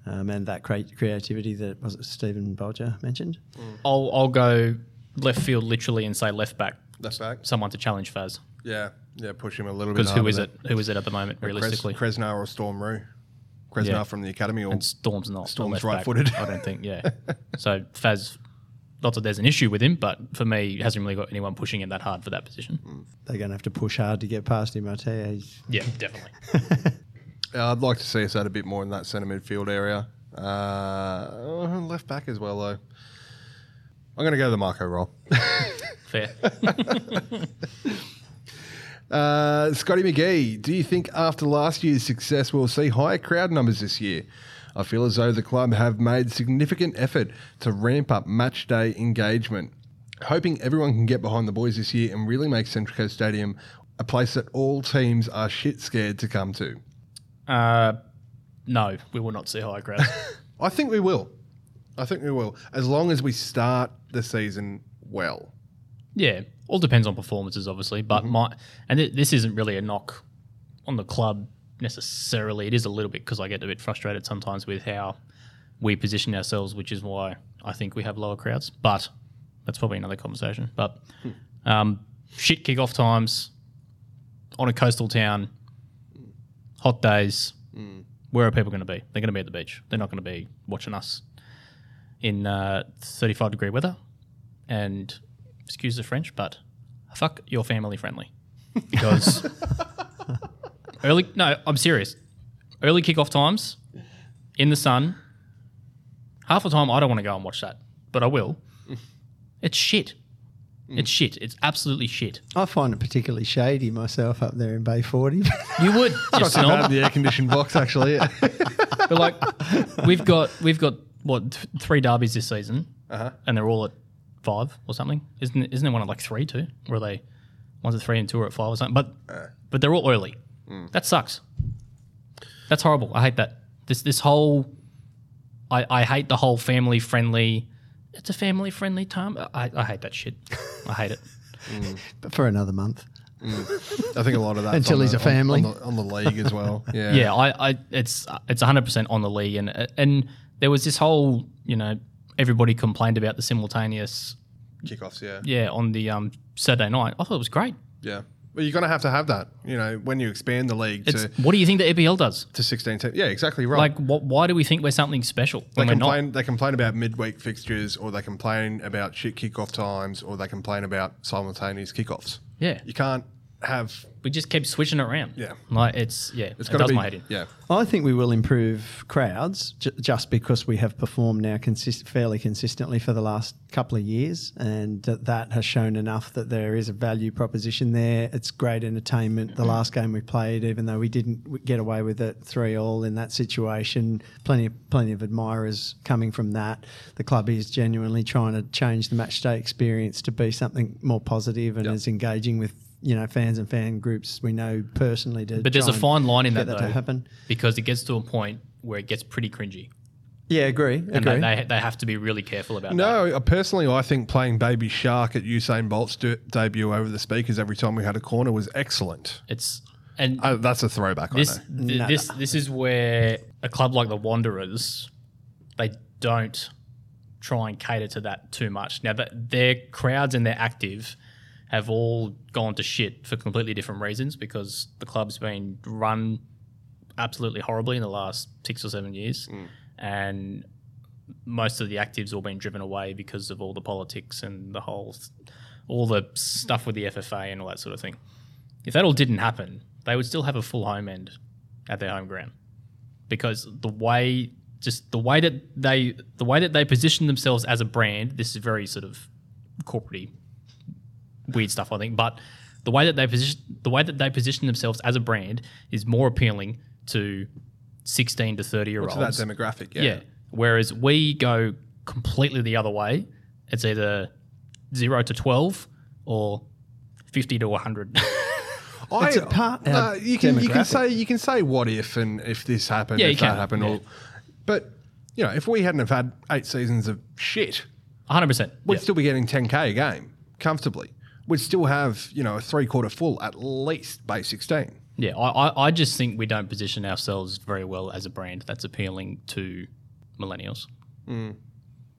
Um, and that crea- creativity that was it Stephen Bolger mentioned. I'll I'll go left field literally and say left back, Left back. someone to challenge Faz Yeah, yeah, push him a little bit. because who harder is there. it? Who is it at the moment Kres- realistically? Kresnar or Storm Roo? Kresnar Yeah. from the academy or and Storm's not. a Storm's left back, right-footed. I don't think. Yeah. so Faz, not that there's an issue with him, but for me, he hasn't really got anyone pushing him that hard for that position. They're going to have to push hard to get past him. I tell you, he's Yeah, definitely. Uh, I'd like to see us add a bit more in that centre midfield area. Uh, left back as well, though. I'm going to go the Marco role. Fair. Uh, Scotty McGee, do you think after last year's success we'll see higher crowd numbers this year? I feel as though the club have made significant effort to ramp up match day engagement. Hoping everyone can get behind the boys this year and really make Central Coast Stadium a place that all teams are shit scared to come to. Uh, no, we will not see high crowds. I think we will. I think we will. As long as we start the season well. yeah, all depends on performances, obviously. But my and th- this isn't really a knock on the club necessarily. It is a little bit because I get a bit frustrated sometimes with how we position ourselves, which is why I think we have lower crowds. But that's probably another conversation. But um, shit kickoff times on a coastal town, hot days. Where are people going to be? They're going to be at the beach. They're not going to be watching us in uh, 35 degree weather. And excuse the French, but fuck your family friendly because early. No, I'm serious. Early kickoff times in the sun. Half the time, I don't want to go and watch that, but I will. It's shit. It's shit. It's absolutely shit. I find it particularly shady myself up there in Bay 40. You would just Not not. bad, the air conditioned box, actually. But like, we've got we've got what th- three derbies this season, and they're all at five or something. Isn't it- isn't there one at like three too? Where they one's at three and two are at five or something. But but they're all early. That sucks. That's horrible. I hate that. This this whole I, I hate the whole family friendly. It's a family friendly time. I, I hate that shit. I hate it. but for another month. I think a lot of that Until he's a family. on, the, on the league as well. Yeah. yeah, I, I it's it's 100% on the league and and there was this whole, you know, everybody complained about the simultaneous Kickoffs, yeah. yeah, on the um, Saturday night. I thought it was great. Yeah. Well, you're going to have to have that, you know, when you expand the league It's, to, what do you think the EPL does? to 16 teams. Yeah, exactly right. Like, what, why do we think we're something special they when we're complain, not? they complain about midweek fixtures or they complain about shit kickoff times or they complain about simultaneous kickoffs. Yeah, You can't have, we just keep switching it around. Yeah. like it's yeah, it's it got to does be, my head in. yeah. I think we will improve crowds ju- just because we have performed now consist- fairly consistently for the last couple of years, and that, that has shown enough that there is a value proposition there. It's great entertainment. The last game we played, even though we didn't w- get away with it three all in that situation, plenty of, plenty of admirers coming from that. The club is genuinely trying to change the matchday experience to be something more positive and is engaging with. You know, fans and fan groups we know personally to. But there's try a and fine line in get that, that though, to happen. because it gets to a point where it gets pretty cringy, Yeah, agree. and agree. they, they they have to be really careful about that. No, uh, personally, I think playing Baby Shark at Usain Bolt's de- debut over the speakers every time we had a corner was excellent. It's and Uh, that's a throwback. this I know. th- this this is where a club like the Wanderers, they don't try and cater to that too much. Now that their crowds and their active have all gone to shit for completely different reasons because the club's been run absolutely horribly in the last six or seven years, and most of the actives all been driven away because of all the politics and the whole, all the stuff with the FFA and all that sort of thing. If that all didn't happen, they would still have a full home end at their home ground because the way just the way that they the way that they position themselves as a brand this is very sort of corporate weird stuff I think but the way that they position the way that they position themselves as a brand is more appealing to 16 to 30 year olds to that demographic. Yeah. yeah. Whereas we go completely the other way. It's either zero to twelve or fifty to one hundred. I, It's a part- no, our you can you can demographic. say you can say what if and if this happened, Yeah, if you that can, happened, yeah. or, but you know, if we hadn't have had eight seasons of shit, One hundred percent. we'd still be getting 10k a game comfortably. We'd still have you know a three quarter full at least by 16. Yeah, I, I, I just think we don't position ourselves very well as a brand that's appealing to millennials.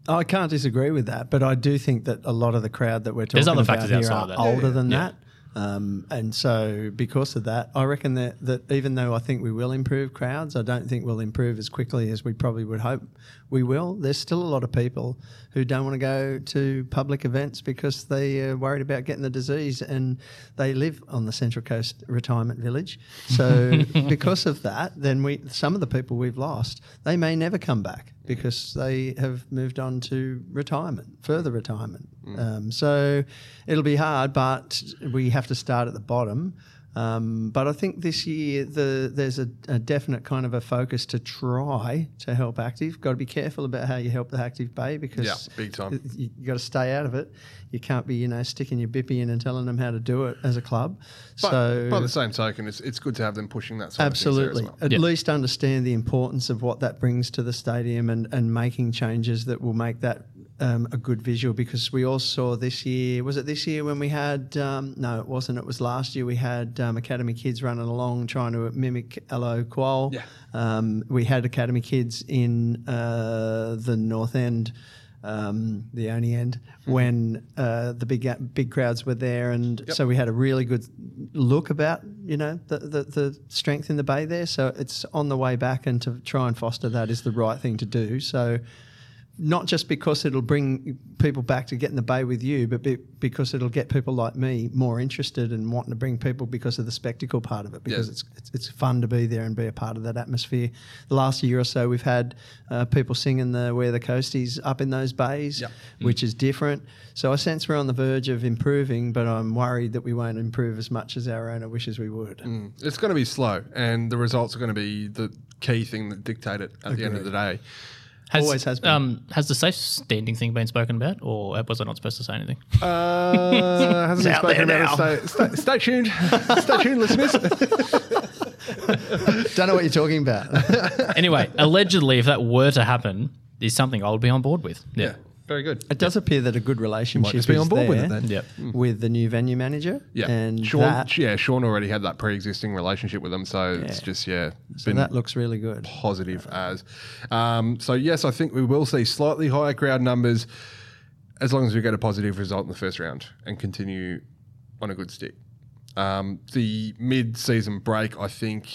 I can't disagree with that, but I do think that a lot of the crowd that we're talking There's other about factors here outside are of that. older than Yeah. that, um, and so because of that, I reckon that that even though I think we will improve crowds, I don't think we'll improve as quickly as we probably would hope we will. There's still a lot of people who don't want to go to public events because they are worried about getting the disease, and they live on the Central Coast retirement village. So because of that, then we some of the people we've lost, they may never come back because they have moved on to retirement, further retirement. Hmm. Um, so it'll be hard, but we have to start at the bottom. Um, but I think this year the, there's a, a definite kind of a focus to try to help active. Got to be careful about how you help the active bay because Yeah, big time. y- you, you got to stay out of it. You can't be you know sticking your bippy in and telling them how to do it as a club. But so by the same token, it's it's good to have them pushing that. Sort Absolutely. Of things there as well. At Yeah. least understand the importance of what that brings to the stadium and, and making changes that will make that um, a good visual because we all saw this year, was it this year when we had, um, no, it wasn't, it was last year we had um, Academy Kids running along trying to mimic LO Qual. Yeah. Um, we had Academy Kids in uh, the North End, um, the only end, when uh, the big big crowds were there, and so we had a really good look about you know the, the the strength in the bay there. So it's on the way back, and to try and foster that is the right thing to do. So. Not just because it'll bring people back to get in the bay with you, but be, because it'll get people like me more interested and wanting to bring people because of the spectacle part of it. Because Yeah. it's it's, it's fun to be there and be a part of that atmosphere. The last year or so, we've had uh, people singing the "Where the Coasties" up in those bays, Mm. which is different. So I sense we're on the verge of improving, but I'm worried that we won't improve as much as our owner wishes we would. It's going to be slow, and the results are going to be the key thing that dictate it at the end of the day. Has, Always has been. Um, has the safe standing thing been spoken about, or was I not supposed to say anything? Uh, hasn't been spoken about. it. Stay, stay, stay tuned. stay tuned, listeners. Don't know what you're talking about. anyway, allegedly, if that were to happen, is something I would be on board with. yeah, very good. It does appear that a good relationship just be is on board there with it then. Mm. Yep. with the new venue manager. Yeah, and Sean. that, Yeah, Sean already had that pre-existing relationship with them, so it's just yeah, so that looks really good. positive as. Um, so yes, I think we will see slightly higher crowd numbers as long as we get a positive result in the first round and continue on a good stick. Um, the mid-season break, I think,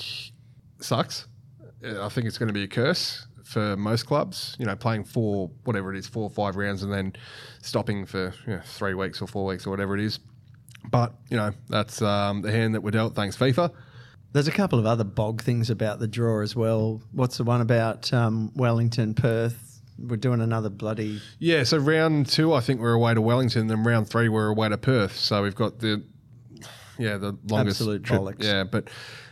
sucks. Uh, I think it's going to be a curse for most clubs. You know, playing four, whatever it is, four or five rounds, and then stopping for you know, three weeks or four weeks or whatever it is. But you know, that's um, the hand that we're dealt. Thanks, FIFA. There's a couple of other bog things about the draw as well. What's the one about um, Wellington, Perth? We're doing another bloody. Yeah, so round two, I think we're away to Wellington, then round three, we're away to Perth. So we've got the yeah the longest Absolute trip. bollocks. Yeah, but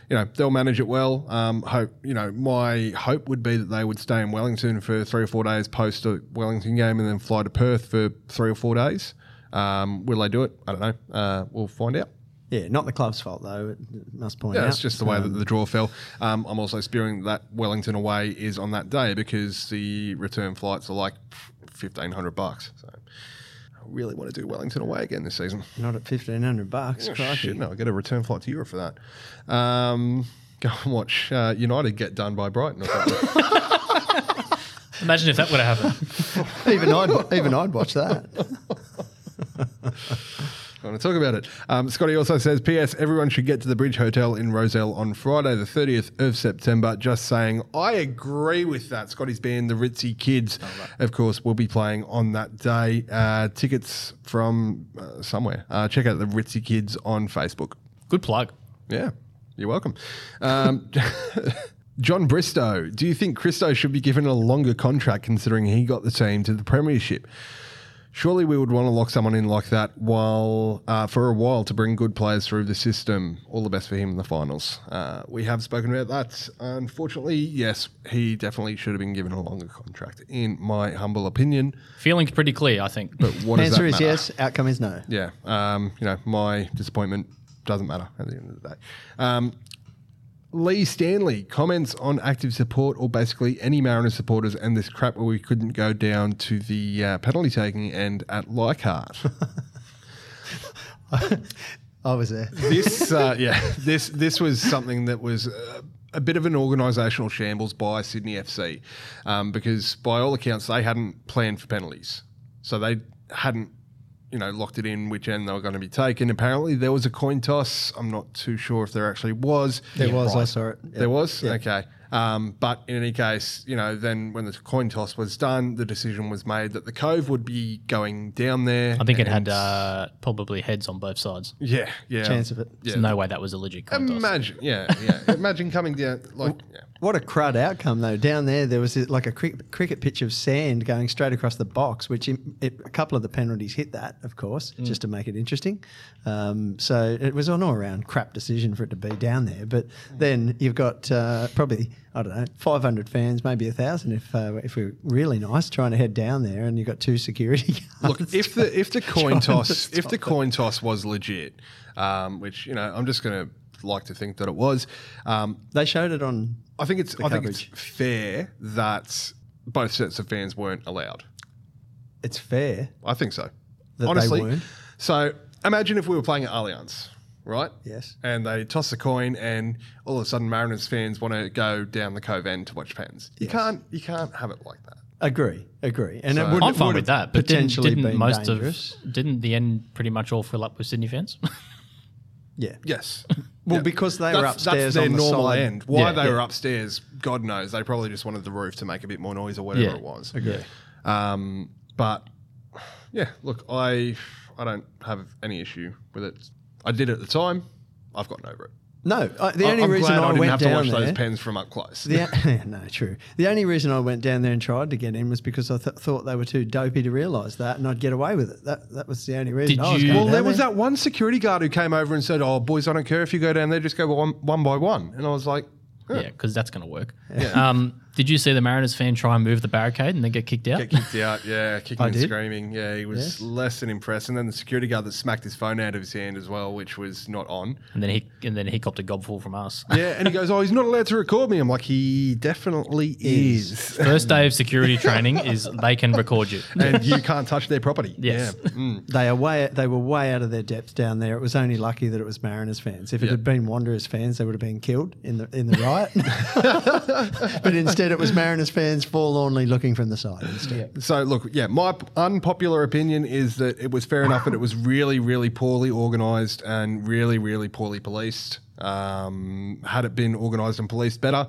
you know they'll manage it well. Um, hope you know my hope would be that they would stay in Wellington for three or four days post a Wellington game, and then fly to Perth for three or four days. Um, will they do it? I don't know. Uh, we'll find out. Yeah, not the club's fault though. It it must point Yeah, out. that's just the way that the draw fell. Um, I'm also spewing that Wellington away is on that day because the return flights are like fifteen hundred bucks. So I really want to do Wellington away again this season. Not at fifteen hundred bucks. Oh, crikey. shit, no, I get a return flight to Europe for that. Um, go and watch uh, United get done by Brighton. Or something. Imagine if that would have happened. even I'd even I'd watch that. I want to talk about it. Um, Scotty also says, P.S. Everyone should get to the Bridge Hotel in Roselle on Friday, the 30th of September. Just saying, I agree with that. Scotty's band, the Ritzy Kids, of course, will be playing on that day. Uh, tickets from uh, somewhere. Uh, check out the Ritzy Kids on Facebook. Good plug. Yeah, you're welcome. Um, John Bristow, do you think Christo should be given a longer contract considering he got the team to the Premiership? Surely we would want to lock someone in like that while uh, for a while to bring good players through the system. All the best for him in the finals. Uh, we have spoken about that. Unfortunately, yes, he definitely should have been given a longer contract, in my humble opinion. Feeling's pretty clear, I think. But what does Answer that is matter? yes. Outcome is no. yeah, um, you know, my disappointment doesn't matter at the end of the day. Um, Lee Stanley comments on active support or basically any Mariners supporters and this crap where we couldn't go down to the uh, penalty taking end at Leichhardt. I was there. this, uh, yeah, this this was something that was. Uh, a bit of an organisational shambles by Sydney FC, um, because by all accounts they hadn't planned for penalties, so they hadn't, you know, locked it in which end they were going to be taken. Apparently there was a coin toss. I'm not too sure if there actually was. There was. I saw it. Yeah. There was? Okay. Um, but in any case, you know, then when the coin toss was done, the decision was made that the cove would be going down there. I think it had and- uh, probably heads on both sides. yeah, yeah. Chance of it. There's no way that was a legit contest. Imagine, yeah, yeah. Imagine coming down like yeah. What a crud outcome though. Down there, there was like a crick- cricket pitch of sand going straight across the box, which im it, a couple of the penalties hit that, of course, Mm. just to make it interesting. Um, so it was an all around crap decision for it to be down there. But Mm. then you've got uh, probably I don't know 500 fans, maybe a thousand if uh, if we're really nice, trying to head down there, and you've got two security guards. Look, if the if the coin toss stop if the coin toss was legit, um, which you know I'm just gonna like to think that it was. Um, they showed it on. I think it's I coverage. think it's fair that both sets of fans weren't allowed. It's fair. I think so. That they Honestly. weren't? So imagine if we were playing at Allianz, right? Yes. And they toss the coin and all of a sudden Mariners fans want to go down the cove end to watch pens. You can't you can't have it like that. Agree, agree, and it would, I'm not fine with that. But potentially didn't, didn't been most dangerous. of didn't the end pretty much all fill up with Sydney fans? yeah, Yes. Well, Yeah. because they were That's- that's upstairs their on the normal side. end. Why Yeah. they Yeah. were upstairs, God knows. They probably just wanted the roof to make a bit more noise or whatever Yeah. it was. Yeah. Um, but yeah, look, I I don't have any issue with it. I did at the time. I've got no it. No, I, the I- only I'm reason glad I, I didn't went have to down watch there, those pens from up close. The, no, true. The only reason I went down there and tried to get in was because I th- thought they were too dopey to realise that, and I'd get away with it. That that was the only reason. Did I was you- going Well, down there was that one security guard who came over and said, "Oh, boys, I don't care if you go down there, just go one, one by one." And I was like, "Huh, yeah, because that's going to work. Um, did you see the Mariners fan try and move the barricade and then get kicked out? "Get kicked out, yeah, kicking I and did? screaming, yeah." He was Yes. less than impressed. And then the security guard that smacked his phone out of his hand as well, which was not on. and then he and then he copped a gobful from us. Yeah, and he goes, "Oh, he's not allowed to record me." I'm like, "He definitely is." First day of security training is they can record you. and you can't touch their property. Yes. Yeah. Mm. They are way. They were way out of their depth down there. It was only lucky that it was Mariners fans. If it Yeah. had been Wanderers fans, they would have been killed in the in the riot. but instead, it was Mariners fans forlornly looking from the side. Instead, So look, yeah, my p- unpopular opinion is that it was fair enough, but it was really, really poorly organised and really, really poorly policed. Um, had it been organised and policed better,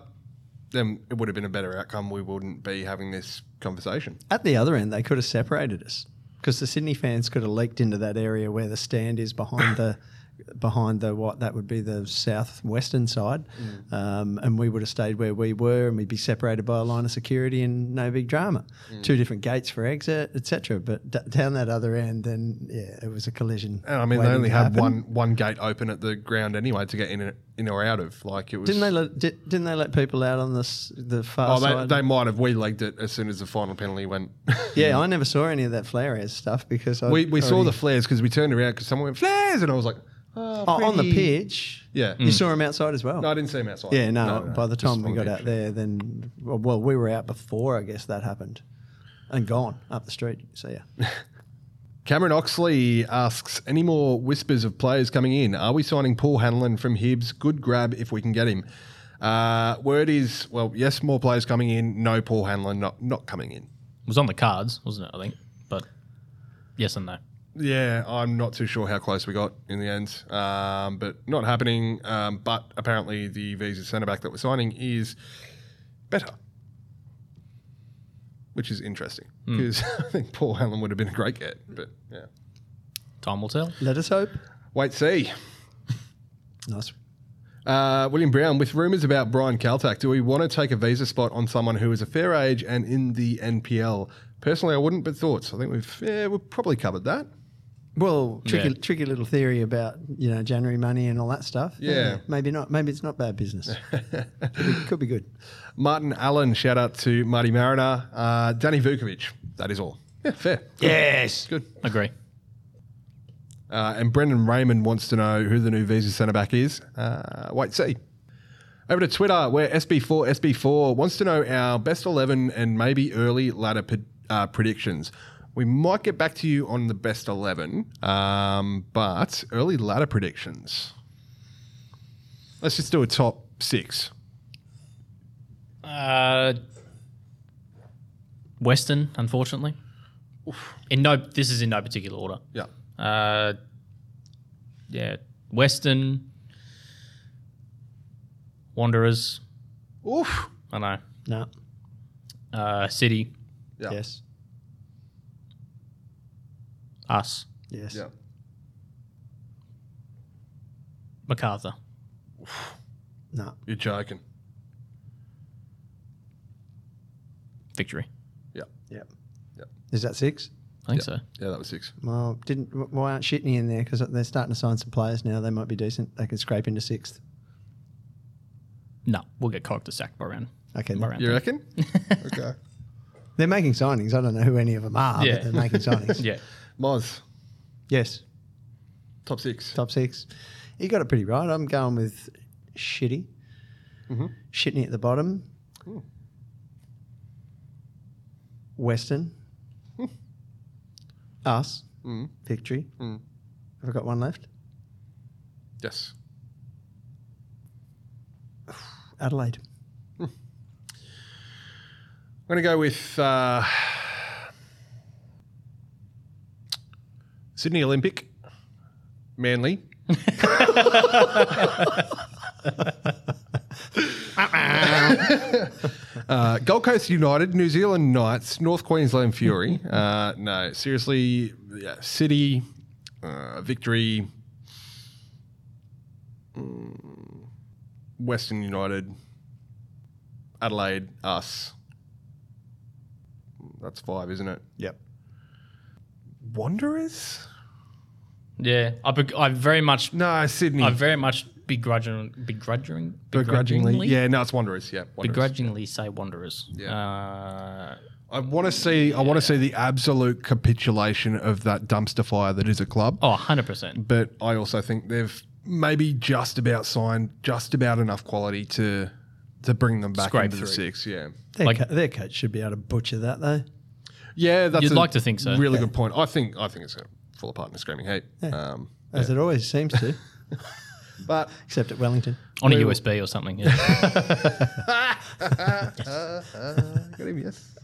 then it would have been a better outcome. We wouldn't be having this conversation. at the other end, they could have separated us because the Sydney fans could have leaked into that area where the stand is behind the behind the what that would be the southwestern side, Mm. um, and we would have stayed where we were, and we'd be separated by a line of security and no big drama. Mm. Two different gates for exit, etc. But d- down that other end, then yeah, it was a collision. And Oh, I mean, they waiting only to had happen. one one gate open at the ground anyway to get in and- in or out of. Like it was. Didn't they let di- didn't they let people out on this the far Oh, they, side? they might have. We legged it as soon as the final penalty went. yeah, I never saw any of that flare as stuff because I we we saw already- the flares because we turned around because someone went flares, and I was like, oh, Oh, on the pretty." pitch. Yeah. You saw him outside as well. No, I didn't see him outside. Mm. yeah, no, By the just time we on got pitch. out there, then well, well, we were out before I guess that happened, and gone up the street. So yeah, Cameron Oxley asks, any more whispers of players coming in? Are we signing Paul Hanlon from Hibs? Good grab if we can get him. Uh, word is, well, yes, more players coming in. No, Paul Hanlon not not coming in. It was on the cards, wasn't it? I think, but yes and no. Yeah, I'm not too sure how close we got in the end, um, but not happening. Um, but apparently, the visa centre back that we're signing is better, which is interesting because I think Paul Allen would have been a great get. But yeah, Time will tell. Let us hope. wait, see. Nice. Uh, William Brown, with rumours about Brian Kaltak, do we want to take a visa spot on someone who is a fair age and in the NPL? Personally, I wouldn't, but thoughts. I think we've yeah, we've probably covered that. Well, tricky, Yeah. tricky little theory about you know January money and all that stuff. Yeah. maybe not. Maybe it's not bad business. could, be, could be good. Martin Allen, shout out to Marty Mariner. Uh, Danny Vukovic, that is all. Yeah, fair. Yes. Agree. Uh, and Brendan Raymond wants to know who the new Visa centre back is. Uh, wait, and see. Over to Twitter, where SB4 SB4 wants to know our best 11 and maybe early ladder pred- uh, predictions. We might get back to you on the best 11, um, but early ladder predictions. Let's just do a top six. Uh, Western, unfortunately. In no, this is in no particular order. Yeah. Uh, yeah, Western, Wanderers. Oof. I know. No. Uh, City, Yeah. Yes. us, Yes. Yeah. Macarthur. No. You're joking. Victory. Yeah. Yep. Yep. Is that six? I think so. Yeah, that was six. Well, didn't wh- why aren't Shitney in there? Because they're starting to sign some players now. They might be decent. They can scrape into sixth. No, we'll get cocked to sack by round. Okay. By round You three. reckon? okay. They're making signings. I don't know who any of them are, Yeah. but they're making signings. Yeah. Moz, Yes. top six. Top six. You got it pretty right. I'm going with Shitty. Shitney at the bottom. Western. Us. Victory. Have I got one left? Yes. Adelaide. I'm going to go with uh, Sydney Olympic, Manly. uh, Gold Coast United, New Zealand Knights, North Queensland Fury. Uh, no, seriously, yeah, City, uh, Victory, mm, Western United, Adelaide, us. That's five, isn't it? Yep. Wanderers? Yeah. I, beg- I very much, No, Sydney. I very much begrudging, begrudging, begrudgingly. Yeah, no, it's Wanderers. Yeah, Wanderers. begrudgingly say Wanderers. Uh, I want to see. I want to see the absolute capitulation of that dumpster fire that is a club. oh, 100%. But I also think they've maybe just about signed just about enough quality to to bring them back Scrape into the through. six. Yeah, Their, Like- co- their coach should be able to butcher that, though. yeah. That's You'd a like to think so. Really good point. I think. I think it's going to fall apart in a screaming heap. Um, As it always seems to, but except at Wellington. On a USB or something. Yeah. got him, yes.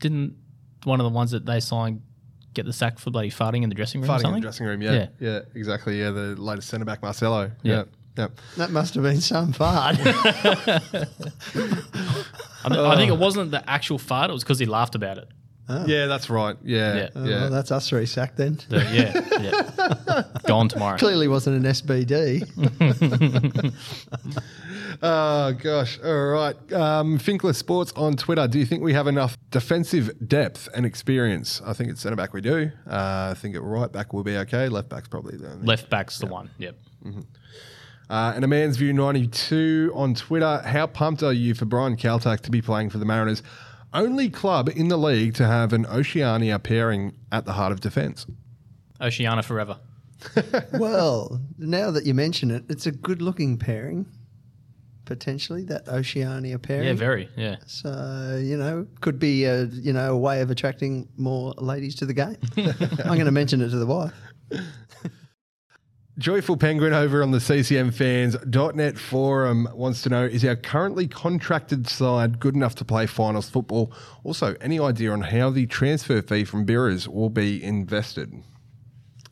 Didn't one of the ones that they signed get the sack for bloody farting in the dressing room or Fighting in something? the dressing room. Yeah, yeah, Yeah. exactly. Yeah, the latest centre back Marcelo. Yeah. yeah. yeah. That must have been some fart. I, th- I think it wasn't the actual fart. It was because he laughed about it. Yeah, that's right. Yeah, yeah. Yeah. well, that's us three sacked then. So, yeah, yeah. Gone tomorrow. Clearly wasn't an SBD. Oh gosh. All right. Um, Finkler Sports on Twitter. Do you think we have enough defensive depth and experience? I think at centre back we do. Uh, I think at right back will be okay. Left back's probably the only. Left back's the one. Yep. Uh, and a man's view ninety two on Twitter. How pumped are you for Brian Kaltak to be playing for the Mariners? Only club in the league to have an Oceania pairing at the heart of defence. Oceania forever. well, now that you mention it, it's a good-looking pairing, potentially that Oceania pairing. Yeah, very. Yeah. So you know, could be a you know a way of attracting more ladies to the game. I'm going to mention it to the wife. Joyful Penguin over on the CCMFans.net forum wants to know Is our currently contracted side good enough to play finals football? Also, any idea on how the transfer fee from Beerers will be invested?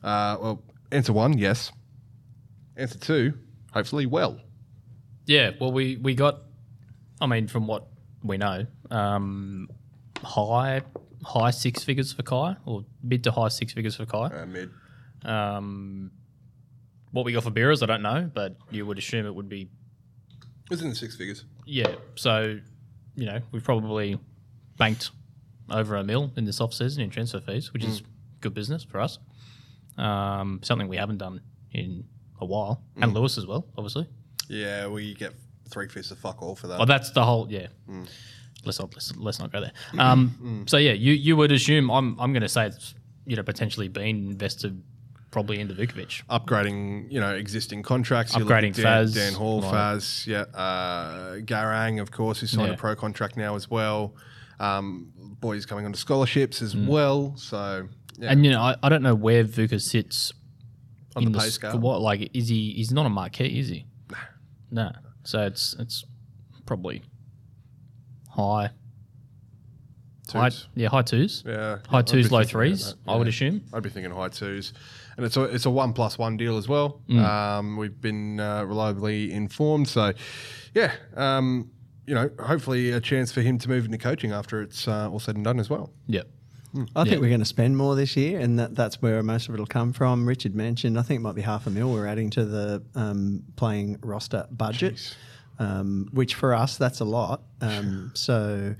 Uh, well, answer one, yes. Answer two, hopefully, well. Yeah, well, we we got. I mean, from what we know, um, high high six figures for Kai, or mid to high six figures for Kai. mid. Um, what we got for Beerers, I don't know, but you would assume it would be It's in the six figures. yeah. So, you know, we've probably banked over a mil in this off season in transfer fees, which is good business for us. Um, something we haven't done in a while, and Lewis as well, obviously. Yeah, we get three fifths of fuck all for that. Oh, that's the whole yeah. Let's not let's, let's not go there. Um, So yeah, you you would assume I'm I'm going to say it's you know potentially been invested probably into Vukovic. upgrading, you know, existing contracts. You look Upgrading at Dan, Faz, Dan Hall, like- Faz, yeah, uh, Garang, of course, who signed Yeah. a pro contract now as well. Um, boys coming onto scholarships as Mm. well. So yeah, And you know I, I don't know where Vuka sits on the in pay s- scale. What like is he? He's not a marquee, is he? No. No. So it's it's probably high. High, Twos. yeah, high twos. Yeah, High I'd be twos, low thinking about threes. that, I would yeah. assume. I'd be thinking high twos, and it's a it's a one plus one deal as well. Mm. Um, we've been uh, reliably informed, so yeah, um, you know, hopefully a chance for him to move into coaching after it's uh, all said and done as well. Yep. I think we're going to spend more this year, and that, that's where most of it'll come from. Richard mentioned, I think it might be half a mil we're adding to the um, playing roster budget, um, which for us, that's a lot. Um, so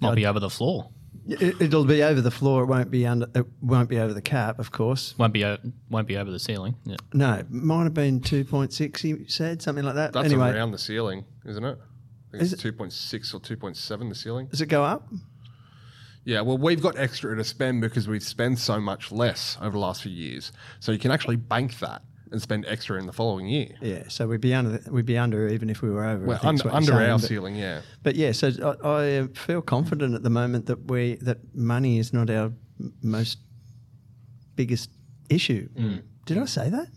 Might be over the floor. it, it'll be over the floor. It won't be under. It won't be over the cap, of course. Won't be o- won't be over the ceiling. Yeah. No, might have been 2.6, you said, something like that. That's anyway, around the ceiling, isn't it? I think Is it's two point six or two point seven the ceiling. does it go up? Yeah, well, we've got extra to spend because we've spent so much less over the last few years. So you can actually bank that and spend extra in the following year. Yeah, so we'd be under. the- We'd be under even if we were over. I Well, think is under, what you're under saying, our but- ceiling, yeah. But yeah, so I, I feel confident at the moment that we that money is not our m- most biggest issue. Mm. Did I say that?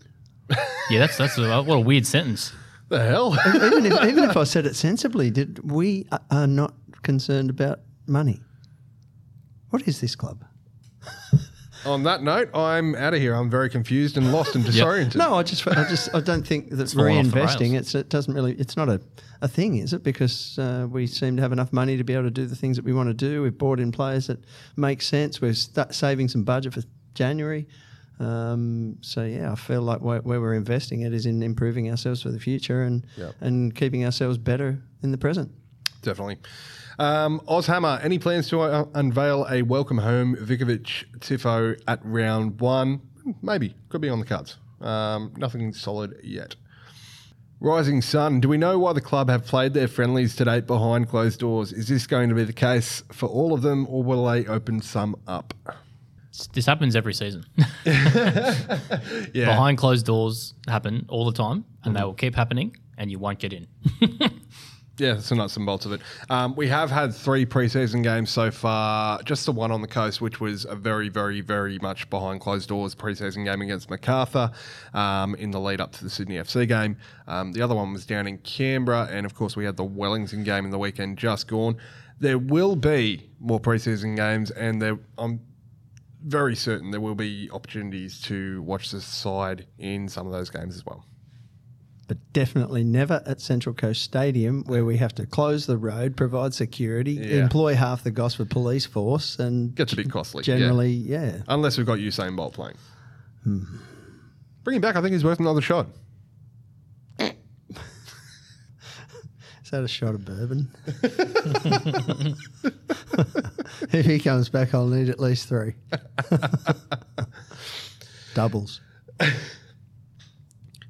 Yeah, that's that's a, what a weird sentence. The hell? Even if, even if I said it sensibly, did we a- are not concerned about money? What is this club? On that note, I'm out of here. I'm very confused and lost and disoriented. No, I just I just I don't think that fallen off the reinvesting rails. it's it doesn't really it's not a, a thing, is it? Because uh, we seem to have enough money to be able to do the things that we want to do. We've bought in players that make sense. We're st- saving some budget for January. Um, so yeah, I feel like where, where we're investing it is in improving ourselves for the future and Yep. and keeping ourselves better in the present. Definitely. Um, Ozhammer, any plans to uh, unveil a welcome home Vikovic Tifo at round one? Maybe. Could be on the cards. Um, nothing solid yet. Rising Sun, do we know why the club have played their friendlies to date behind closed doors? Is this going to be the case for all of them, or will they open some up? It's- This happens every season. Yeah. Behind closed doors happen all the time, and Mm-hmm. they will keep happening, and you won't get in. Yeah, that's the nuts and bolts of it. Um, we have had three preseason games so far, just the one on the coast, which was a very, very, very much behind closed doors preseason game against MacArthur um, in the lead up to the Sydney FC game. Um, the other one was down in Canberra, and of course, we had the Wellington game in the weekend just gone. There will be more preseason games, and there, I'm very certain there will be opportunities to watch the side in some of those games as well. but definitely never at Central Coast Stadium where we have to close the road, provide security, Yeah. employ half the Gosford police force, and Gets a bit costly. yeah. generally, yeah. Unless we've got Usain Bolt playing. Bring him back. I think he's worth another shot. Is that a shot of bourbon? if he comes back, I'll need at least three. Doubles.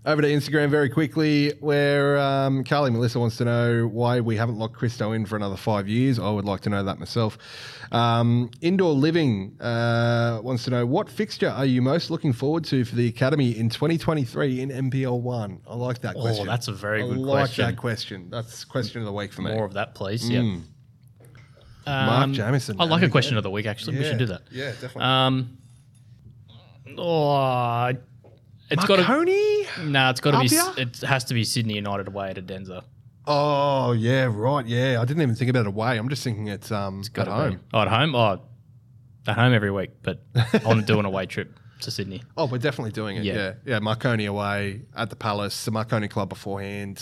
Over to Instagram very quickly, where um, Carly Melissa wants to know why we haven't locked Christo in for another five years. I would like to know that myself. Um, Indoor Living uh, wants to know what fixture are you most looking forward to for the academy in 2023 in MPL one. I like that question. Oh, that's a very I good like question. that question. That's question of the week for me. More of that, please. Yeah. Mm. Um, Mark Jamison. I like a question of the Uh, week. Actually, we should do that. Yeah, definitely. Um, oh, It's got to. Marconi? No, it's got to be. Apia? It has to be Sydney United away at Adenza. Oh yeah, right. Yeah, I didn't even think about it away. I'm just thinking it's um at Gotta be. home. Oh, at home. Oh, at home every week, but I want to do an away trip to Sydney. Oh, we're definitely doing it. Yeah. Yeah. yeah, Marconi away at the Palace, the Marconi Club beforehand.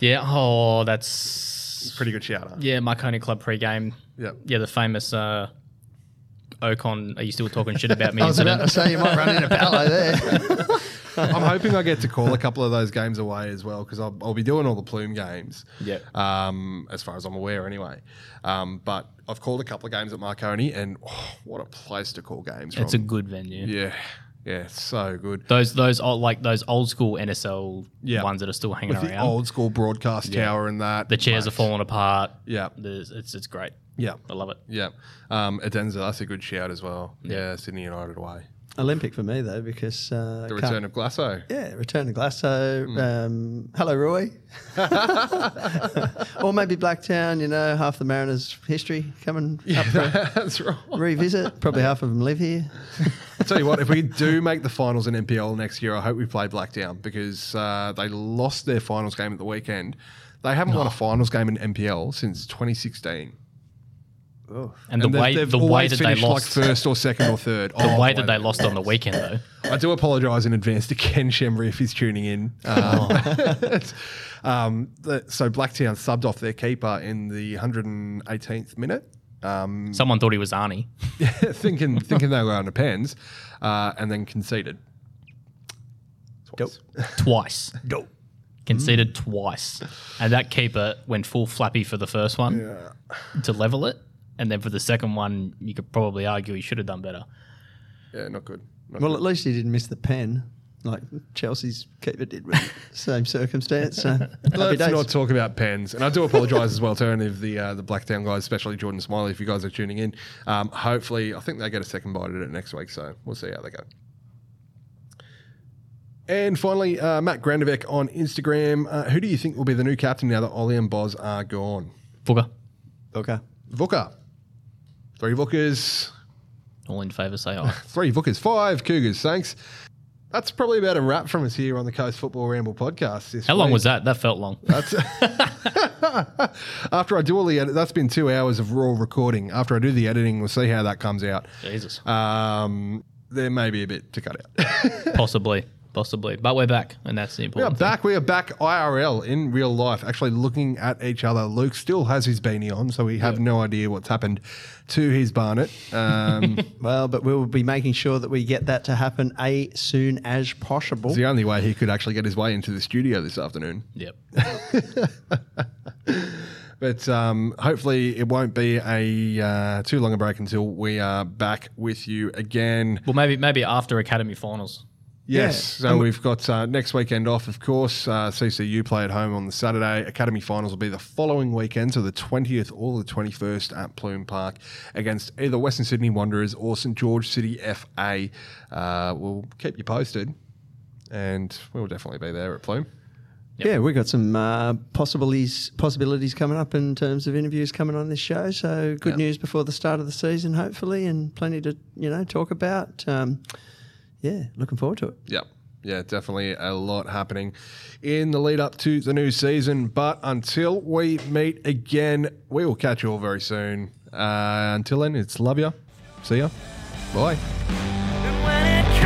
Yeah. Oh, that's Pretty good shout out. yeah. Marconi Club pre-game. Yeah. Yeah, the famous uh, Ocon. Are you still talking shit about me? I was about to incident? say you might run into Paolo there. I'm hoping I get to call a couple of those games away as well because I'll, I'll be doing all the Plume games. Yep. uh, Um, as far as I'm aware, anyway. Um, but I've called a couple of games at Marconi, and oh, what a place to call games It's a from. good venue. yeah, yeah, it's so good. Those those old, like those old school NSL Yeah. ones that are still hanging With the around. old school broadcast tower and that. the chairs are falling apart. Yeah. There's, it's it's great. Yeah. I love it. Yeah. Um, Adenza, that's a good shout as well. Yeah, Sydney United away. Olympic for me though, because uh, The can't- return of Hmm. Glasso. Yeah, Return to Glasso. Um, hello, Roy. or maybe Blacktown, you know, half the Mariners' history coming up for That's right. a revisit. Probably half of them live here. Tell you what, if we do make the finals in NPL next year, I hope we play Blackdown because uh, they lost their finals game at the weekend. They haven't won a finals game in NPL since 2016. And, the they've- way they've the way always that they finished, lost like first or second or third. Oh, the way that they lost on the weekend though. I do apologise in advance to Ken Shemry if he's tuning in. Um, it's- um, the- so Blacktown subbed off their keeper in the 118th minute. Mm. Someone thought he was Arnie. thinking thinking they were under pens, uh, and then conceded. Twice. twice. Go. Mm. Conceded twice. And that keeper went full flappy for the first one to level it. And then for the second one, you could probably argue he should have done better. Yeah, not good. Not Well, good. at least he didn't miss the pen, like Chelsea's keeper did with same circumstance. So happy Let's days. not talk about pens. And I do apologise as well to any of the uh, the Blackdown guys, especially Jordan Smiley, if you guys are tuning in. Um, hopefully, I think they get a second bite at it next week, so we'll see how they go. And finally, uh, Matt Grandevec on Instagram. Uh, who do you think will be the new captain now that Ollie and Boz are gone? Booker, okay. Vuka. Three Vukas. all in favour, say aye. Three Vukas. Five Cougars. Thanks. That's probably about a wrap from us here on the Coast Football Ramble podcast. This How long week. was that? That felt long. After I do all the edit, that's been two hours of raw recording. After I do the editing, we'll see how that comes out. Jesus. Um, there may be a bit to cut out. Possibly. Possibly. But we're back. And that's the we are important thing. back. We are back IRL in real life, actually looking at each other. Luke still has his beanie on, so we have no idea what's happened to his barnet. Um, Well, but we will be making sure that we get that to happen a soon as possible. it's the only way he could actually get his way into the studio this afternoon. Yep. But um, hopefully, it won't be a uh, too long a break until we are back with you again. Well, maybe maybe after Academy finals. Yes. So we've got uh, next weekend off, of course. Uh, CCU play at home on the Saturday. Academy finals will be the following weekend, so the 20th or the 21st at Plume Park against either Western Sydney Wanderers or St George City FA. Uh, we'll keep you posted, and we'll definitely be there at Plume. Yeah, we've got some uh, possibilities possibilities coming up in terms of interviews coming on this show. So good news before the start of the season, hopefully, and plenty to you know talk about. Um, yeah, looking forward to it. Yep. Yeah, definitely a lot happening in the lead up to the new season. But until we meet again, we will catch you all very soon. Uh, until then, it's love ya. See ya. Bye. When it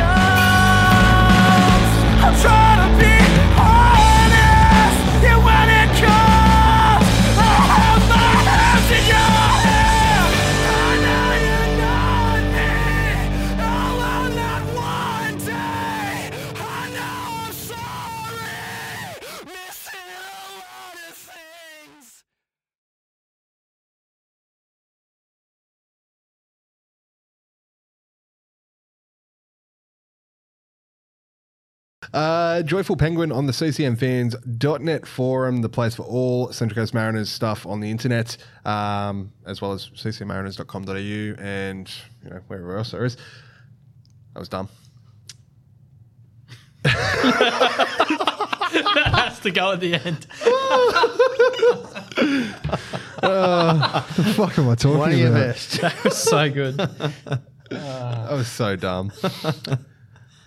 comes, I'm trying to be honest. Yeah, when it comes, I have my hands in your hair. I know you know me. All on that one day, I know I'm sorry. Missing a lot of things. Uh, Joyful Penguin on the CCMFans.net forum, the place for all Central Coast Mariners stuff on the internet, um, as well as ccmariners.com.au and you know wherever else there is. I was dumb. Has to go at the end. Fuck am I talking One of your best. so good. I was so dumb.